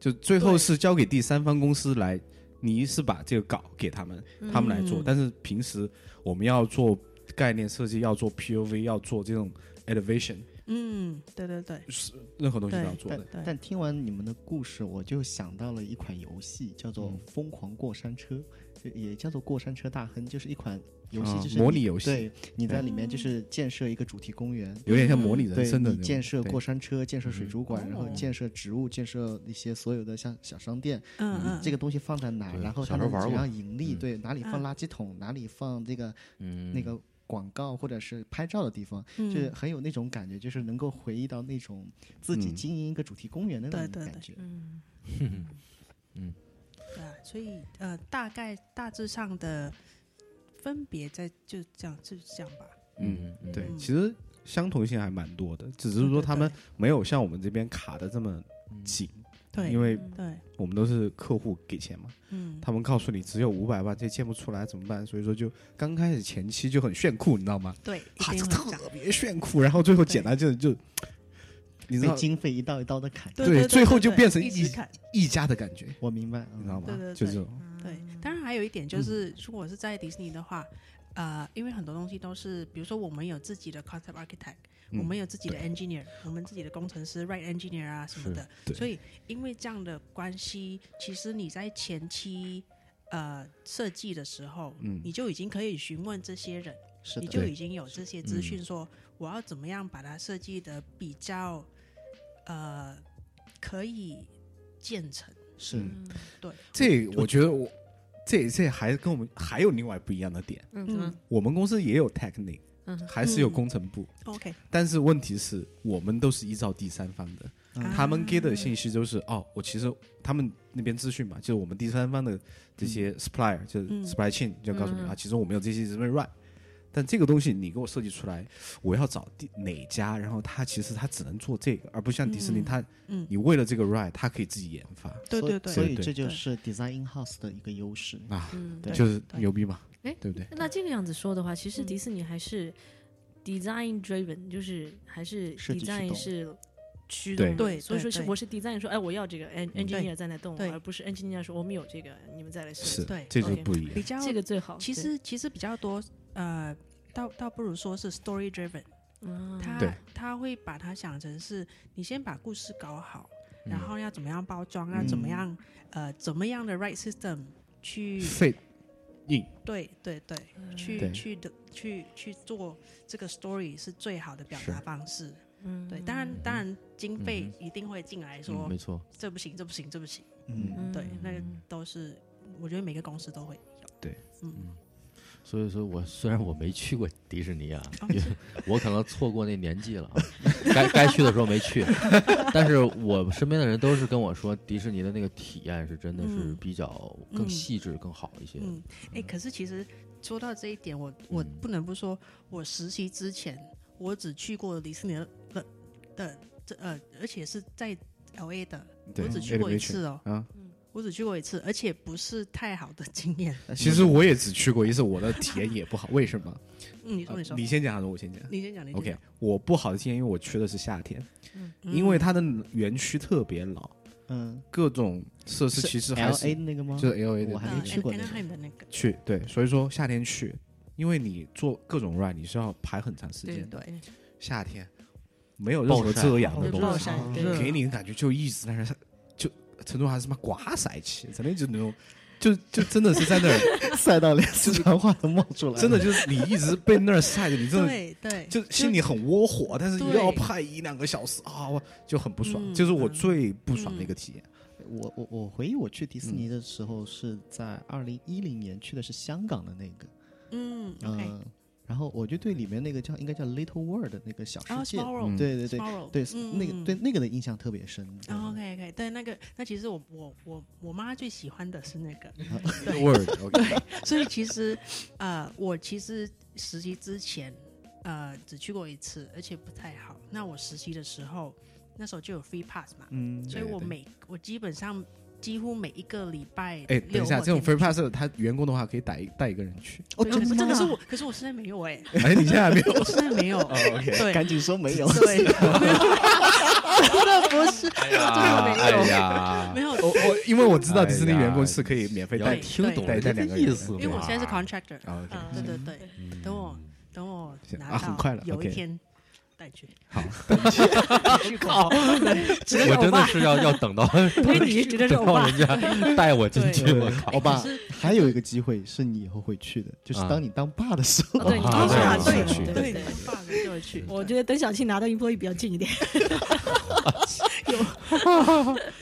就最后
对
是交给第三方公司来，你是把这个稿给他们，他们来做。
嗯
但是平时我们要做概念设计，要做 POV，要做这种 elevation，
嗯，对对对，
任何东西都
对
要做的。
对对，
但听完你们的故事，我就想到了一款游戏，叫做
嗯
《疯狂过山车》，呃也也叫做《过山车大亨》，就是一款游戏，
啊
就是、
模拟游戏
对，你在里面就是建设一个主题公园，
有点像模拟人
嗯对
生的
你
那种
建设
对嗯
过山车，建设水族馆，然后
哦
建设植物，建设一些所有的像小商店，
嗯嗯，
这个东西放在哪儿，
对
然后
小
它
时候
能
玩
怎
过
样盈利？
嗯
对，哪里放
嗯
垃圾桶，哪里放这个
嗯
那个广告或者是拍照的地方，
嗯
就是很有那种感觉，就是能够回忆到那种自己
嗯
经营一个主题公园的那
对
种
对
感觉。
嗯
对啊，所以呃，大概大致上的分别在就这样就是这样吧。
嗯，嗯
对
嗯，
其实相同性还蛮多的，只是
对对
说他们没有像我们这边卡的这么紧，
对，
因为
对，
我们都是客户给钱嘛，
嗯，
他们告诉你只有五百万，这建不出来怎么办？所以说就刚开始前期就很炫酷，你知道吗？
对，一
啊，
定
就
会这样
特别炫酷，然后最后
对
简单就就，你知
被
道
经费一刀一刀的砍。
对
对
对，
最后就
对
变成
一
一
直看，
溢价的感觉，
我明白，
你知道
嗯，
吗？
对对对
就这种，
对，当然还有一点
嗯
就是，如果是在迪士尼的话，呃，因为很多东西都是，比如说我们有自己的 concept architect，、我
嗯
们有自己的 engineer，我们自己的工程师 right engineer 啊什么的，所以因为这样的关系，其实你在前期呃设计的时候，
嗯
你就已经可以询问这些人，
是
你
的，
就已经有这些资
嗯
讯说，我要怎么样把它设计的比较呃可以建成，
是
这我觉得我这这还跟我们还有另外不一样的点，
嗯怎么
我们公司也有 technic，
嗯
还是有工程部，
OK，
但是问题是我们都是依照第三方的，他们
啊
给的信息就是哦，我其实他们那边资讯嘛，就是我们第三方的这些
嗯
supplier，、就是 supply chain 就告诉你、
嗯
啊，其实我们有这些这边 run。但这个东西你给我设计出来，我要找第哪家，然后他其实他只能做这个，而不像迪士尼，
嗯
他
嗯
你为了这个 ride，他可以自己研发
对
所以
对对
所以
对
这就
对
是 design in house 的一个优势。
啊，
嗯
对
就是
对
牛逼嘛，
哎
对不对？
那这个样子说的话，其实
嗯
迪士尼还是 design driven，就是还是
设计驱
design
动
是驱
对
动的，
对
所以
对
说是
对
我是 design 说，哎，我要这个，en
嗯
engineer 在那动
对，
而不是 engineer 说我们有这个，你们再来设
是
计，
对，
这就
，OK
不一
比
样。
较
这个最好。
其实其实比较多，呃，倒倒不如说是 story driven，
对，啊
对
他他会把它想成是你先把故事搞好，然后要怎么样包装，要怎么样呃怎么样的 right system 去
fit 硬
对对对
嗯
去
对
去的去去做这个 story 是最好的表达方式。
嗯，
对，当然当然经费
嗯
一定会进来
嗯
说
没错，
这不行这不行这不行，
嗯，
嗯
对，那个都是我觉得每个公司都会有。
对，
嗯，
所以说我虽然我没去过迪士尼啊
哦，
因为我可能错过那年纪了啊，该该去的时候没去，但是我身边的人都是跟我说，迪士尼的那个体验是真的是
嗯
比较
嗯
更细致、更好一些。
嗯，哎、可是其实说到这一点，我我
嗯
不能不说，我实习之前我只去过迪士尼的的的这呃，而且是在 L A 的，
对
我只去过一
elevation
次哦，
啊，
嗯
我只去过一次，而且不是太好的经验。
其实我也只去过一次，我的体验也不好。为什么？
嗯，你说
啊
呃
你说，
你先讲还是我先讲？
你先讲，你先嗯
OK，
讲
我不好的经验，因为我去的是夏天，因为它的园区特别老，
嗯
各种设施
是
其实
L
还是
A 那个吗？
就是 L A 的
我还
那
没
个
呃
去过那个
Anaheim 的那个，
去对，所以说夏天去，因为你做各种 ride 你是要排很长时
对
间的，
对，
夏天没有任何
暴晒
遮阳的
就
东
暴
西，
晒，
(laughs)
热
对，
给你的感觉就一直在那儿就成都还是什么刮晒气，真的就那种。就就真的是在那儿，
(laughs) 赛道连四川话都冒出来了，
真的就是你一直被那儿晒着，你真的
对对，
就心里很窝火，但是又
对
要派一两个小时啊，我就很不爽，
嗯
这是我最不爽的一个体验。
我我我回忆我去迪士
嗯
尼的时候是在二零一零年去的是香港的那个，
嗯
嗯、
，OK，
然后我就对里面那个叫应该叫 Little World 的那个小
然后
世界，
Small World，
对对对
Small World，
对，
哦嗯
那个对。那个的印象特别深。对
嗯
然后 OK OK，对哦那个，那其实我我我我妈最喜欢的是那个，(laughs)
嗯 Word OK，
所以其实，呃，我其实实习之前，呃，只去过一次，而且不太好。那我实习的时候，那时候就有 free pass 嘛，
嗯，
所以
对
我
对
每我基本上几乎每一个礼拜
哎，
六
等一下，
或
这种
天
free pass 他员工的话可以带带一个人
(laughs)
去。
哦，
对
真
可是可
的
是
吗 (laughs)
我，可是我现在没有哎、
哎，你现在还没有
我现在没有，
哦 OK？
对
赶紧说没有。 (laughs)
对，那不是，
哎
呀哎
呀
没，有，
我我因为我知道
哎呀
迪士尼员工是可以免费
要
带
对
听懂
带
这
带
个
两个
意思
人
嘛，
因为我现在是 contractor，
啊 OK
呃，对对对，等我等我
嗯行
拿
啊很快
到
了
有一
OK
天带去，
靠，只能
我真
是欧
的
巴，
是要 (laughs) 要等到
推你只能是
等
欧
到 (laughs)
巴
人，家带我进去，
对
我靠！
欧巴
可是，
还有一个机会是你以后会去的，就是
啊
当你当爸的时候
哦，对，你
啊
当爸，
对对
对对
对，
对。嗯
爸爸就会去，
(laughs) 我觉得等小庆拿到 employee 比较近一点，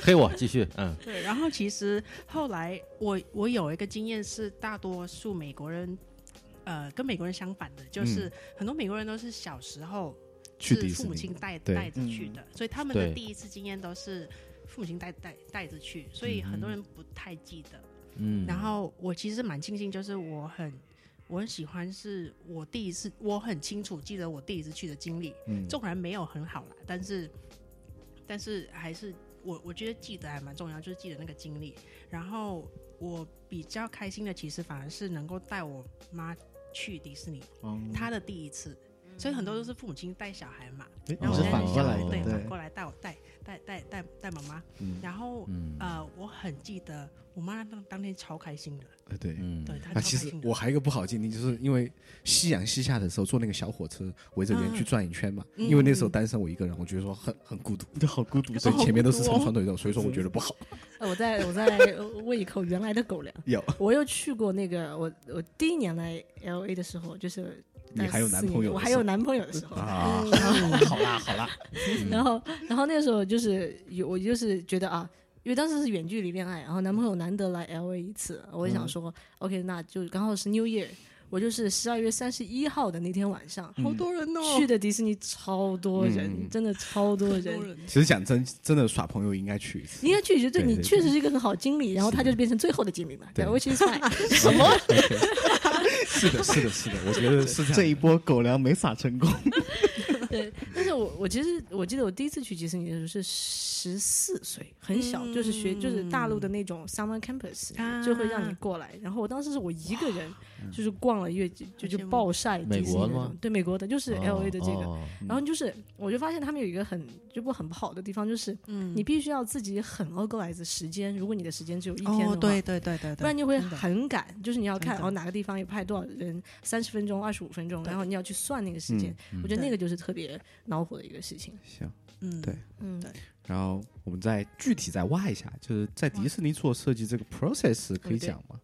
黑我继续，嗯
对，然后其实后来我我有一个经验是，大多数美国人，呃，跟美国人相反的，就是很多美国人都是小时候
嗯去
是
迪
父
士
母
尼
亲。带
对
带着去
嗯
的，所以他们的
对
第一次经验都是父母亲带带带着去，
嗯
所以很多人不太记得。
嗯，
然后我其实蛮庆幸，就是我很。我很喜欢，是我第一次，我很清楚记得我第一次去的经历，
嗯，
纵然没有很好啦，但是但是还是我我觉得记得还蛮重要，就是记得那个经历。然后我比较开心的，其实反而是能够带我妈去迪士尼，
嗯，
她的第一次。所以很多都是父母亲带小孩嘛，
(laughs) 诶
然后
是
我现在
反
就
过
想
来的，
对，反过
对，
来带我带带带带带妈妈。
嗯
然后
嗯
呃，我很记得我妈当当天超开心的，
呃对，
嗯，
对她超
啊，
开
其实
心的。
我还有一个不好经历，就是因为夕阳西下的时候坐那个小火车围着园区转一圈嘛，
嗯
因为那时候单身我一个人，我觉得说很很孤独，
这好孤独，
所以前面都是
孤独
从
哦
传统移动，所以说我觉得不好。
呃我再我 (laughs) 再来喂一口原来的狗粮。
有，
我又去过那个我我第一年来 L A 的时候，就是
你
呃
还有男
四年
朋友的
我还
时候
有
嗯
男朋友的时候， (laughs)
啊，
好啦好啦，
然后然后那时候就是有我就是觉得啊。因为当时是远距离恋爱，然后男朋友难得来 L A 一次，我就
嗯
想说、o k 那就刚好是 New Year，我就是十二月三十一号的那天晚上、
好多人哦，
去的迪士尼，超多人，
嗯
真的超多
好
人
多，人
其实讲真，真的耍朋友应该去一次
你。应该去，就对
对
你
对
确实是一个很好经理，然后他就变成最后的经理嘛，
对
对，which is fine。
什么？是的，是的，是的，我觉得是这
这
样。
一波狗粮没撒成功，
对，但是我我其实我记得我第一次去迪士尼的时候是十四岁，很小，就是学就是大陆的那种 summer campus，、
嗯啊嗯
就会让你过来。然后我当时是我一个人，就是逛了越就
好羡
就就
慕
暴晒迪士
美
尼
国
那
的吗
种对，美国的，就是
哦
L A 的这个。
哦
然后就是，我就发现他们有一个很就不很不好的地方，就是
嗯
你必须要自己很 organize 时间。如果你的时间只有一天的话，
哦，对对对对对，
不然你会
真的
很赶，就是你要
真的
看，然后哪个地方有派多少人，三十分钟、二十五分钟，
对
然后你要去算那个时间。我觉得那个就是特别恼火的一个事情。
行，
嗯
对
嗯，
对
然后我们再具体再挖一下，就是在迪士尼做设计这个
哦
process 可以讲吗？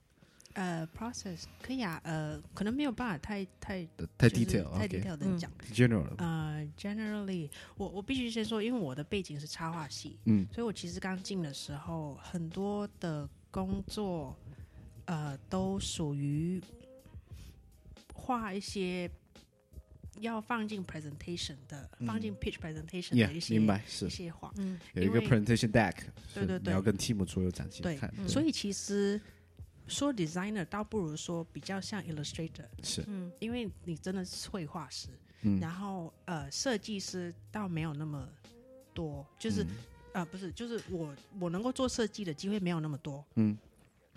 呃，process 可以啊，呃，可能没有办法太太
呃太
就是
detail，
太 detail 的
嗯
讲。
general 了。
呃，generally，我我必须先说，因为我的背景是插画系，
嗯，
所以我其实刚进的时候，很多的工作，呃，都属于画一些要放进 presentation 的，放进 pitch presentation 的一
嗯 Yeah，
些
明白
一
是
些画，
嗯，
有一个
因为
presentation deck，
对对
是你
对
要跟 team 左右展现
对
看，
所以其实说 designer 倒不如说比较像 illustrator，
是
嗯，
因为你真的是绘画师，
嗯
然后呃，设计师倒没有那么多，
嗯
就是、呃，不是，就是我我能够做设计的机会没有那么多，
嗯，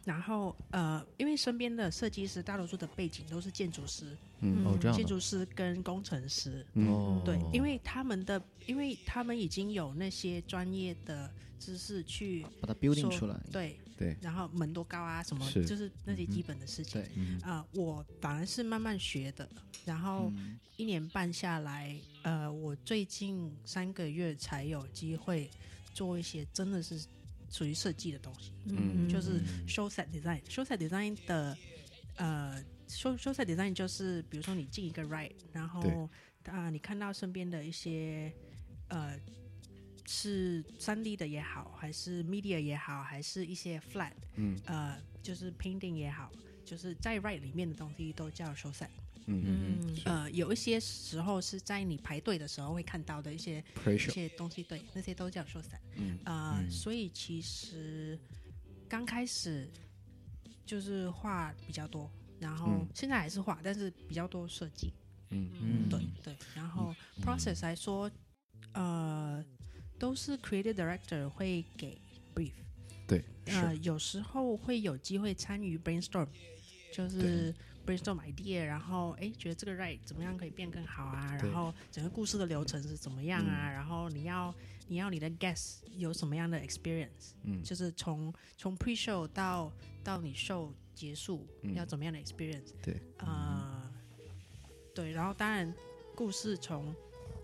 然后呃，因为身边的设计师大多数的背景都是建筑师、
嗯
哦这样
建
的
筑师跟工程师，
哦，
对，因为他们的，因为他们已经有那些专业的知识去
把它 building
说
出来，
对
对
然后门多高啊，什么
是
就是那些基本的事情
对。
嗯
啊、我反而是慢慢学的，然后
嗯
一年半下来，呃，我最近三个月才有机会做一些真的是属于设计的东西，
嗯
就是 show set design。show set design 的呃，show show set design 就是比如说你进一个 ride，然后
对
啊、你看到身边的一些呃。是三 D 的也好，还是 media 也好，还是一些 flat，
嗯
呃，就是 painting 也好，就是在 ride 里面的东西都叫 show set。
嗯嗯
呃，有一些时候是在你排队的时候会看到的一些一
，pressure，
些东西，对，那些都叫 show set。
嗯
呃，所以其实刚开始就是画比较多，然后
嗯
现在还是画，但是比较多设计。
嗯
嗯
对对，然后 process 来说，呃，都是 creative director 会给 brief，
对，
呃，
是
有时候会有机会参与 brainstorm，就是。brainstorm idea，然后哎，觉得这个 right 怎么样可以变更好啊？
对嗯
然后整个故事的流程是怎么样啊？然后你要你要你的 guest 有什么样的 experience？
嗯
就是从从 pre show 到到你 show 结束、
嗯
要怎么样的 experience？
对，
呃，对，然后当然故事从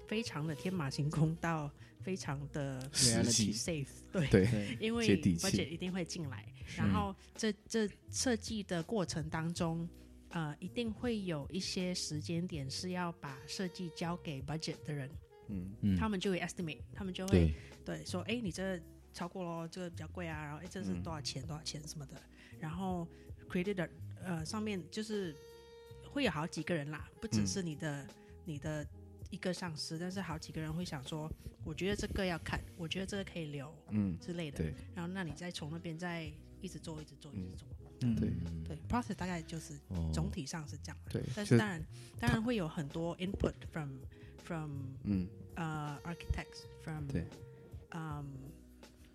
非常的天马行空到非常的
实际
safe，对，
对
对，
因为
接地气
budget 一定会进来，然后这这设计的过程当中。呃，一定会有一些时间点是要把设计交给 budget 的人，
嗯
嗯
他们就会 estimate，他们就会
对，
对，说哎，你这超过咯，这个比较贵啊，然后哎，这
嗯
是多少钱、多少钱什么的，然后 created 的呃上面就是会有好几个人啦，不只
嗯
是你的、你的一个上司，但是好几个人会想说，我觉得这个要看，我觉得这个可以留
嗯
之类的，
对
然后那你再从那边再一直做，一直做，一直做，
嗯
对
对，process 大概就是
哦
总体上是这样的。
嗯对，
但
其
是
实
当然，当然会有很多 input from from
嗯
呃 architects from
对，
嗯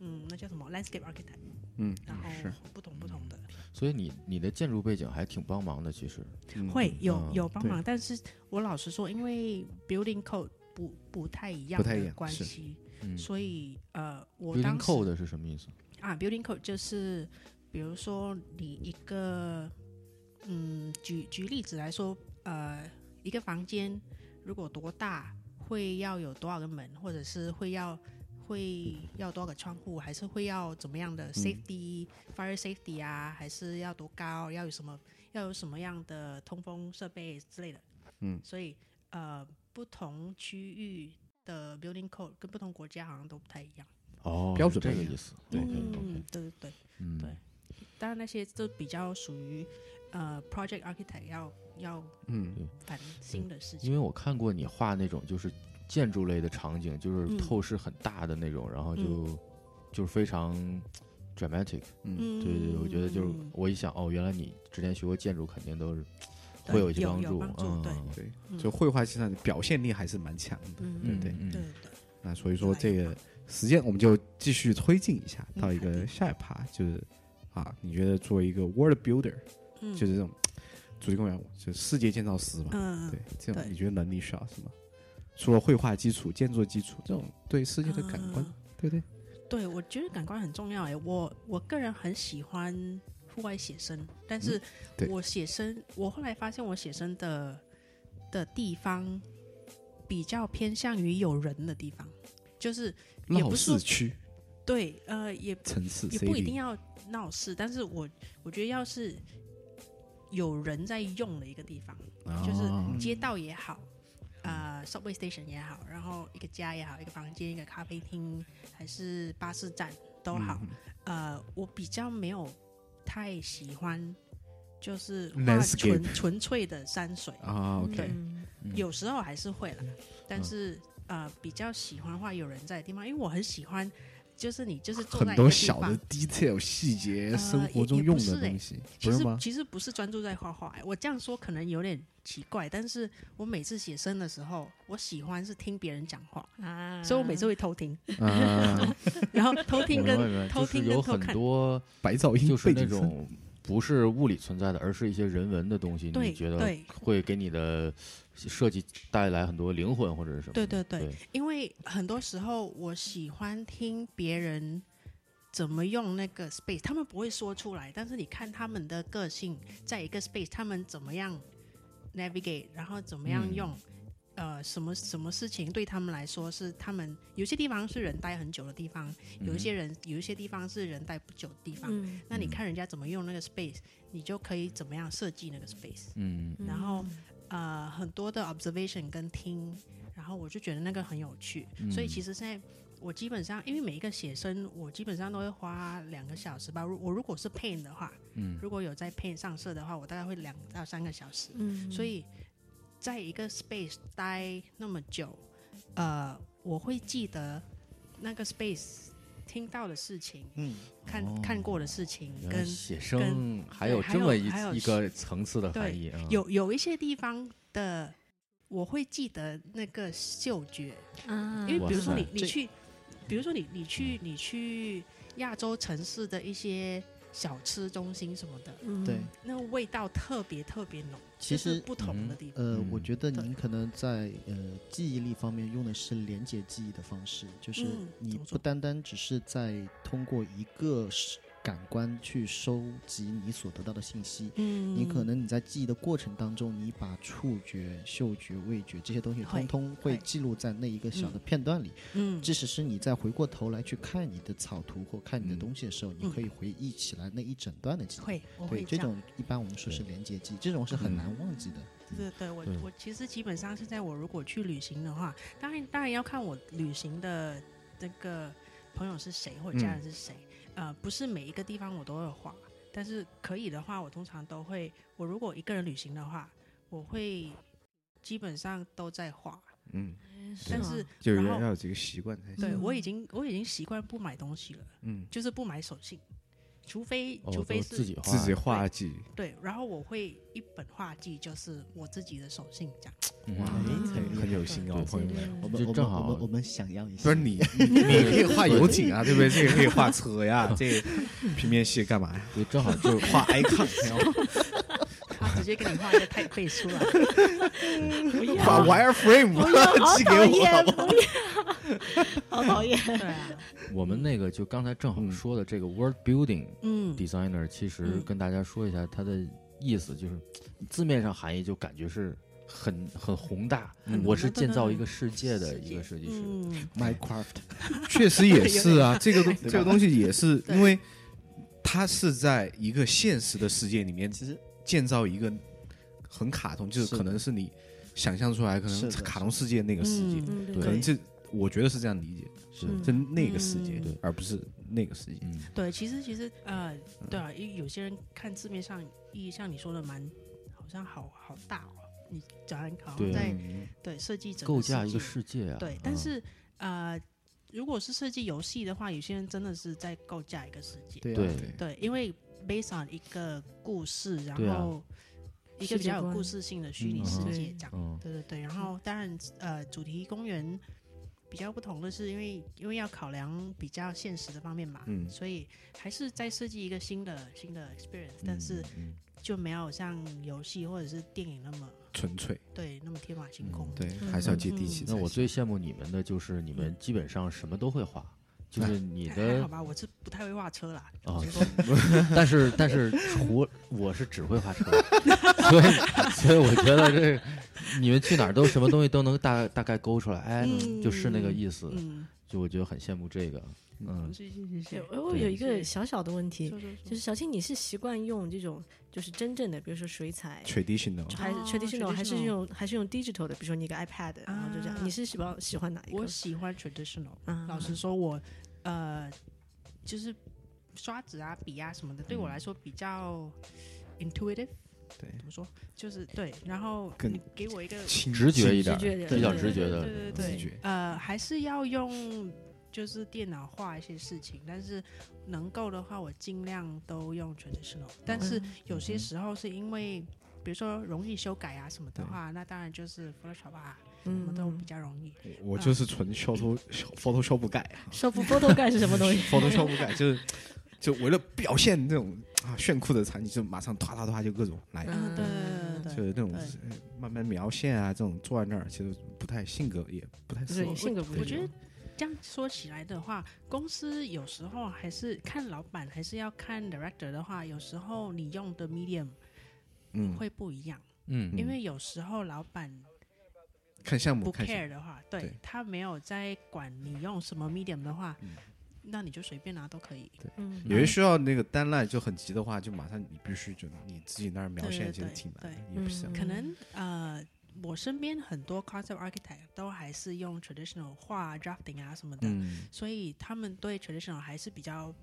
嗯，那叫什么 landscape architect，
嗯
然后
是
不同不同的
所以你你的建筑背景还挺帮忙的，其实
嗯
会有
嗯
有帮忙，但是我老实说，因为 building code 不不太一样
不太一
的
样
关
是
系，
嗯
所以呃，我
，building
当时
code 是什么意思？
啊，building code 就是，比如说你一个，嗯，举举例子来说，呃，一个房间如果多大，会要有多少个门，或者是会要会要多少个窗户，还是会要怎么样
嗯
的 safety、fire safety 啊，还是要多高，要有什么要有什么样的通风设备之类的。
嗯，
所以呃，不同区域的 building code 跟不同国家好像都不太一样。
哦
标准
这
不
个
一样
意思。
对
嗯，对对对。
嗯，
对当然那些都比较属于呃 project architect 要要
嗯
烦心的事
因
情。
为我看过你画那种就是建筑类的场景，就是
嗯
透视很大的那种，然后就、
嗯
就是非常 dramatic。
嗯，
对对，对我觉得就是
嗯
我一想，哦，原来你之前学过建筑，肯定都是
对
会有一些
有
帮
有
助。
帮助
嗯
对
嗯
对，
嗯
就绘画其实上表现力还是蛮强的。
嗯
嗯
嗯
对
嗯
对
嗯
对，
那所以说这个时间我们就继续推进一下，到一个下一趴，就是啊，你觉得作为一个 world builder，
嗯
就是这种主题公园，就是世界建造师嘛，
嗯
对，这种
对
你觉得能力需要什么？除了绘画基础、建筑基础，这种对世界的感官，
嗯
对不对？
对我觉得感官很重要哎，我我个人很喜欢户外写生，但
嗯
是
对
我写生，我后来发现我写生的的地方比较偏向于有人的地方，就是也
闹
不是
市
说
区、
对呃也
城市
也不一
city
定要闹市，但是我我觉得要是有人在用的一个地方，
哦
就是街道也好，呃，subway station 也好，然后一个家也好，一个房间、一个咖啡厅，还是巴士站
嗯
都好，呃，我比较没有太喜欢。就是画
Landscape
纯纯粹的山水，
啊，OK，嗯
对
嗯
有时候还是会了，但是呃，比较喜欢画有人在的地方，因为我很喜欢，就是你就是坐在
很
一
多
个地
小
方
的 detail 细节，
呃
生活
也
中
也
用
不
的
是欸
东西，
其
是
实
吗？
其实不是专注在画画、哎我这样说可能有点奇怪，但是我每次写生的时候，我喜欢是听别人讲话，
啊
所以我每次会偷听，
啊，
(laughs) 然后偷听
我明白
跟
明白
偷
就
听
是
跟
有
偷
很
看
多
白噪音
就是
背
那
景声
种不是物理存在的，而是一些人文的东西，
对
你觉得
对
会给你的设计带来很多灵魂或者是什么？
对对对，
对，
因为很多时候我喜欢听别人怎么用那个 space，他们不会说出来，但是你看他们的个性，在一个 space 他们怎么样 navigate，然后怎么样
嗯
用。呃，什么什么事情对他们来说是他们有些地方是人待很久的地方，有一些人有一些地方是人待不久的地方。
嗯
那你看人家怎么用那个 space，你就可以怎么样设计那个 space。
嗯
然后呃很多的 observation 跟听，然后我就觉得那个很有趣，所以其实现在。我基本上，因为每一个写生，我基本上都会花两个小时吧。如我如果是 paint 的话，嗯，如果有在 paint 上色的话，我大概会两到三个小时。
嗯
所以在一个 space 待那么久，呃，我会记得那个 space 听到的事情，
嗯，
看、看过的事情，
原来
跟
写
跟
生还有
还
这
有
么一
还有
一个层次的含
对
义啊！
有有一些地方的，我会记得那个嗅觉，
啊，
因为
哇
比如说
塞
你你
这
去，比如说你你去你去亚洲城市的一些小吃中心什么的，
嗯
对，
那味道特别特别浓，这
其
是
实
不同的
嗯
地方，
呃，
嗯
我觉得
对
您可能在呃记忆力方面用的是连接记忆的方式，就是
嗯
你
怎么
不
说
单单只是在通过一个视感官去收集你所得到的信息，
嗯
你可能你在记忆的过程当中，你把触觉、嗅觉、味觉这些东西
会
通通会
会
记录在那一个小
嗯
的片段里，
嗯
即使是你再回过头来去看你的草图或看你的
嗯
东西的时候，你
嗯
可以回忆起来那一整段的记忆。
会我
对，
会
这
样。
种一般我们说是连接记忆，这种是很
嗯
难忘记的。
对对，我
对
我其实基本上现在我如果去旅行的话，当然当然要看我旅行的那个朋友是谁或者
嗯
家人是谁，呃，不是每一个地方我都会画，但是可以的话，我通常都会，我如果一个人旅行的话，我会基本上都在画，
嗯，
但是
就是
然
要
后
要有这个习惯才行。
对
嗯
我已经我已经习惯不买东西了，
嗯，
就是不买手信，除非
哦
除非
都
是
自己画
自己画技，
对，然后我会一本画技，就是我自己的手信这样。
嗯
哇，很
很有心哦，朋友们。
我
就
们我
正
们我
好
们我们想要一下，
不是
(laughs)
你，你你可以画游艇啊，对不对？这个可以画车呀，这平面系干嘛呀？ (laughs)
就
(laughs)
正好
就画 icon，然后
他直接给你画一个太
(laughs)
背出来，
画 wireframe
好
寄给
讨
我。
厌，不要，好讨厌。
对啊，
我们那个就刚才正
嗯
好说的这个 word building
嗯
designer，其实
嗯
跟大家说一下它的意思，就是字面上含义就感觉是很很宏大，我是建造一个世界的一个设计师。
嗯，
Minecraft，
确实也是啊，这个东
吧
这个东西也是
对
因为它是在一个现实的世界里面
其实
建造一个很卡通，就是
是的
可能是你想象出来，可
是
能
的
卡通世界那个世界，
嗯，对
可能这我觉得是这样理解，
是
是那个世界
嗯对，
而不是那个世界。
嗯，
对，其实其实呃，对啊，因为有些人看字面上意义，像你说的蛮，好像好好大哦，你讲好像
对啊
在
嗯
对设计者
构架一个
世
世界啊。
界，对
嗯，
但是呃，如果是设计游戏的话，有些人真的是在构架一个世界，
对啊
嗯对
对，因为 based on 一个故事，然
对啊
后一个
世
比
界
较有
观
故事性的虚拟
嗯
世
嗯
界
对
这样。
嗯，
对对对，然后当然呃，主题公园比较不同的是，因为因为要考量比较现实的方面嘛，
嗯
所以还是在设计一个新的新的 experience，、但是
嗯
就没有像游戏或者是电影那么
纯粹，
对那么天马行空。
对，还是要接地
嗯
气才
那
行。
我最羡慕你们的就是你们基本上什么都会画，就是你
还还
的
好吧，我是不太会画车啦，
啊
只是说
(laughs) 但是但是除我是只会画车，所以 (laughs) 所以我觉得这你们去哪儿都什么东西都能大大概勾出来，哎，
嗯
就是那个意思，
嗯，
就我觉得很羡慕这个，嗯，
谢谢谢谢。
我我
对
有一个
是
小小的问题，
说说
就是小青，你是习惯用这种就是真正的，比如说水彩，
traditional，
还是
哦
traditional，还是
traditional
用还是用 digital 的，比如说你一个 iPad，然后就这
啊
样，你是喜欢喜欢哪一
我
个？
喜欢 traditional，、
啊
老实说我，呃，就是刷子啊、笔啊什么的，对
嗯
我来说比较 intuitive。
对
怎么说？就是对，然后
更
你给我一个
亲
直觉一
直
点，
觉的
比较
对
直觉的
对，对
直
对对，
觉，
呃，还是要用就是电脑画一些事情，但是能够的话，我尽量都用 traditional，但是
嗯
有些时候是因为。比如说容易修改啊什么的
对
话，那当然就是 Photoshop 啊，什么
嗯，
都比较容易。
我就是纯 Photo Photoshop 不改啊
手幅 photo 盖是什么
(laughs)
东西？
(laughs) ，Photoshop 不改就是就为了表现这种啊炫酷的场景，就马上唰唰唰就各种来，
嗯
嗯，对对对对
就
对
是那种
对
呃慢慢描线啊，这种坐在那儿其实不太性格，也不太适
对哦
合
我。
性格不一样
我觉得这样说起来的话，公司有时候还是看老板，还是要看 director 的话，有时候你用的 medium
嗯，
会不一样，
嗯，
因为有时候老板
看项目，
不
看项目
care 的话，对
对
他没有在管你用什么 medium 的话，那你就随便拿都可以。
嗯，
有些需要那个单烂就很急的话，就马上你必须就你自己那儿描线，
对对
其实
对
挺难的，
对
也不行
嗯。
可能呃，我身边很多 concept architect 都还是用 traditional 画 drafting 啊什么的，
嗯，
所以他们对 traditional 还是比较，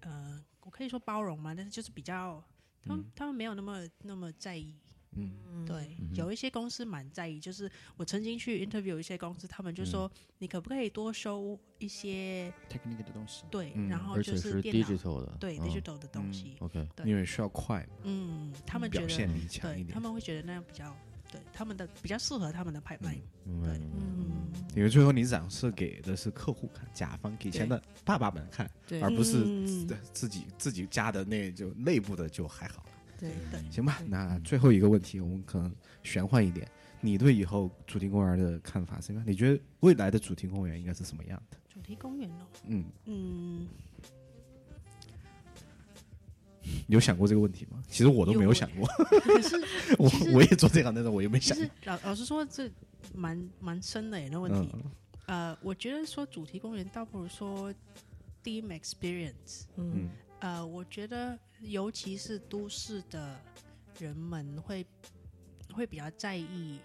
呃，我可以说包容嘛，但是就是比较，他们、他们没有那么那么在意。嗯，对，有一些公司蛮在意，就是我曾经去 interview 一些公司，他们就说、你可不可以多收一些
technique 的东西，
对，
嗯
然后
而
就
且是
电脑
digital 的，
对
嗯
digital 的东西，
OK，
对
因为需要快，
嗯他们觉
表现
得
力强一
对，
点
他。们会觉得那样比较对他们的比较适合他们的 pipeline，、
明白
对
明白。
嗯，
因为最后你展示给的是客户看，甲方给钱的爸爸们看，
对
而不是
嗯
自自己自己家的那就内部的就还好。
对
对，
行吧，那最后一个问题，我们可能玄幻一点，你对以后主题公园的看法是什么样？你觉得未来的主题公园应该是什么样的？
主题公园哦，
嗯，
嗯，
你有想过这个问题吗？其实我都没有想过，
可是
(laughs) 我
其实
我也做这行，但是我也没
其
想过
实。老老实说，这蛮蛮深的耶，那问
嗯
题。，呃，我觉得说主题公园，倒不如说 theme experience。
嗯
呃，我觉得尤其是都市的人们会会比较在意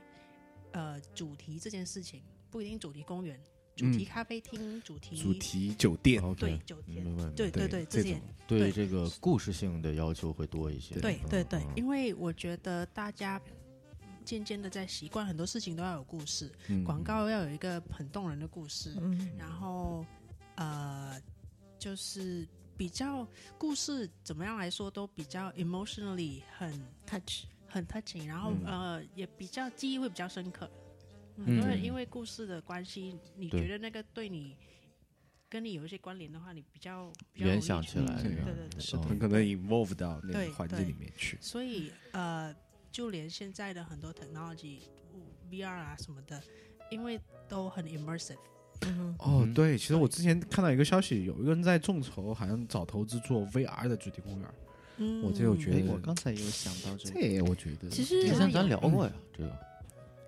呃主题这件事情，不一定主题公园、主题咖啡厅、主题
嗯
嗯
主题酒店，
对
哦 OK，
酒店，
明白明白。
对对
对
对，这
这
些
种
对
对
这个故事性的要求会多一些。
对
嗯
对对，
嗯
因为我觉得大家渐渐的在习惯很多事情都要有故事，
嗯
广告要有一个很动人的故事，
嗯
然后呃，就是比较故事怎么样来说都比较 emotionally 很
touch，
很 touching，然后、
嗯
呃也比较记忆会比较深刻。
嗯
很多人因为故事的关系，你
对
觉得那个对你跟你有一些关联的话，你比较比较容
联
易
想起来，
对
这
对
样
对对。
哦
很可能 involve 到那
对
个环境里面去。
所以呃，就连现在的很多 technology、VR 啊什么的，因为都很 immersive，
嗯
哦
嗯，
对，其实我之前看到一个消息，有一个人在众筹，好像找投资做 VR 的主题公园。
嗯，
我这有觉
哎
得，
我刚才有想
(laughs)
到这个，
这我觉得
其实
之
它
前咱
有
聊过呀，嗯这个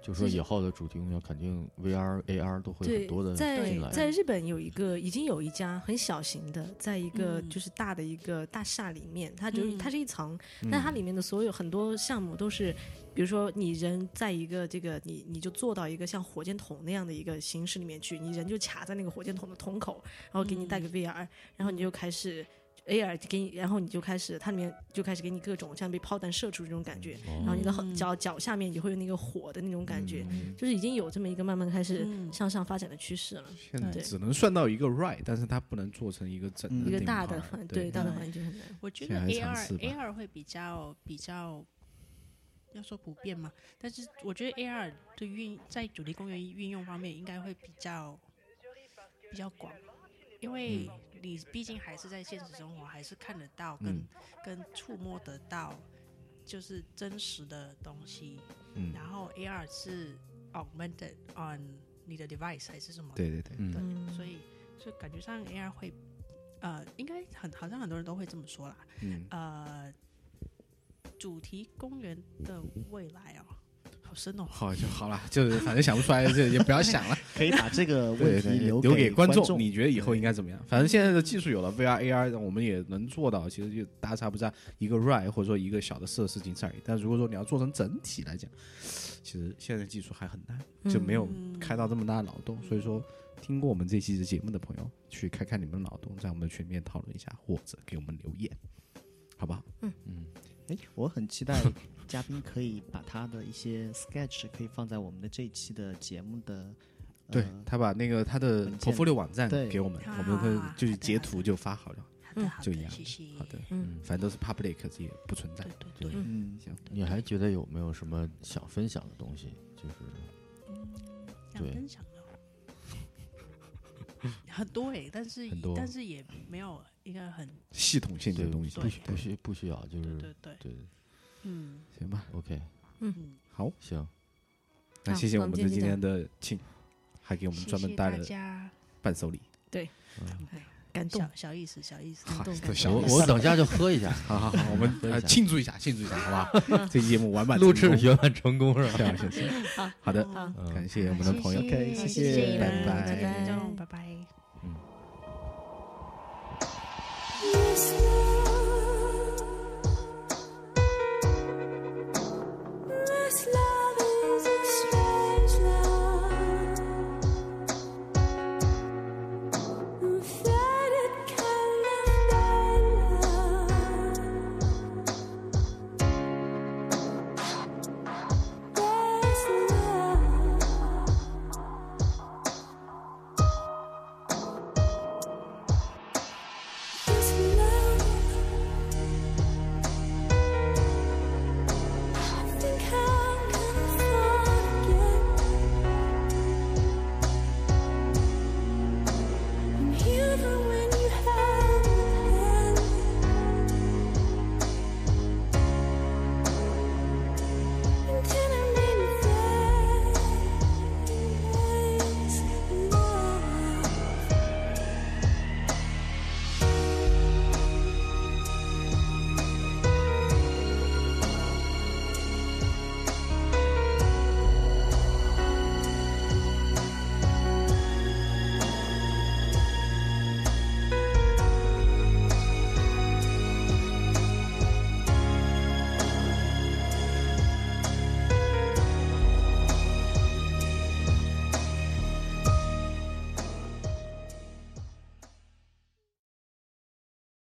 就说
其实
以后的主题公园肯定 VR、AR 都会
对
很多的
在
进来。
在日本有一个已经有一家很小型的，在一个
嗯
就是大的一个大厦里面，它就、
嗯
它是一层，但它里面的所有很多项目都是，比如说你人在一个这个你你就坐到一个像火箭筒那样的一个形式里面去，你人就卡在那个火箭筒的筒口，然后给你
嗯
带个 VR，、然后你就开始。AR 给你，然后你就开始，它里面就开始给你各种像被炮弹射出这种感觉，然后你的
嗯
很脚脚下面也会有那个火的那种感觉，
嗯
就是已经有这么一个慢慢开始
嗯
向上发展的趋势了。
现在
对嗯
只能算到一个 right，但是它不能做成一个整
一
的
个
顶盘
大的
儿
环，
对
大的
对
环境很难。
我觉
现
得
在还
A
尝
R
试吧
A R 会比较比较，要说普遍嘛，但是我觉得 A R 的运在主题公园运用方面应该会比较比较广，因为
嗯
你毕竟还是在现实生活，还是看得到跟、
嗯
跟触摸得到，就是真实的东西。
嗯
然后 A R 是 augmented on 你的 device 还是什么？
对对对，
嗯
嗯
对，所以所以感觉上 AR 会，呃，应该很好像很多人都会这么说啦。
嗯，
呃，主题公园的未来哦，好深哦。
好就好了，就是反正想不出来就也不要
(laughs)
想了，
可以把这个问
对
题
对，
留
留
给
给观
众。
你觉得以后应该怎么样？反正现在的技术有了 VR、AR，我们也能做到，其实就大差不差一个 right 或者说一个小的设施仅此而已。但如果说你要做成整体来讲，其实现在技术还很难，就没
嗯
有开到这么大的脑洞。所以说，听过我们这期的节目的朋友，去开开你们的脑洞，在我们的群里面讨论一下，或者给我们留言，好不好？
哎，我很期待嘉宾可以把他的一些 sketch 可以放在我们的这一期的节目的，
对
呃
他把那个他的
文件
portfolio 网站
对
给我们，
啊
我们会就是
好的
截
好
图
的
就发好了。
好的，好
嗯就一
的，
样
谢谢。
好的，
嗯，
反正都是 public，这也不存在
对。对对，
嗯，
你还觉得有没有什么想分享的东西？就是
想
对
分享的哦很多哎，但是
很多
但是也没有一个很
系统性的
对
东西，
不需不需不需要，就是
对对对，
对
嗯
行吧？
OK
嗯，
好，
行，
那
好
谢谢
那
我
我
们
们
的
今
今天
天
的庆，还给我们
谢
专门
谢
带
大
了
家
伴手礼。
感动
小，小意思，小意思，
感动，感
小
动。
我
(laughs)
我等一下就喝一下，
好好好，我们
分
呃
享
庆祝一下，庆祝一下，好不好？这期节目完满
录
成
制
功
圆满成功是吧？
对谢谢。好的，
好，
嗯
感谢我们的朋友，
OK，谢
谢
谢
你
拜
们
拜
各位听众
拜
拜拜。
Listen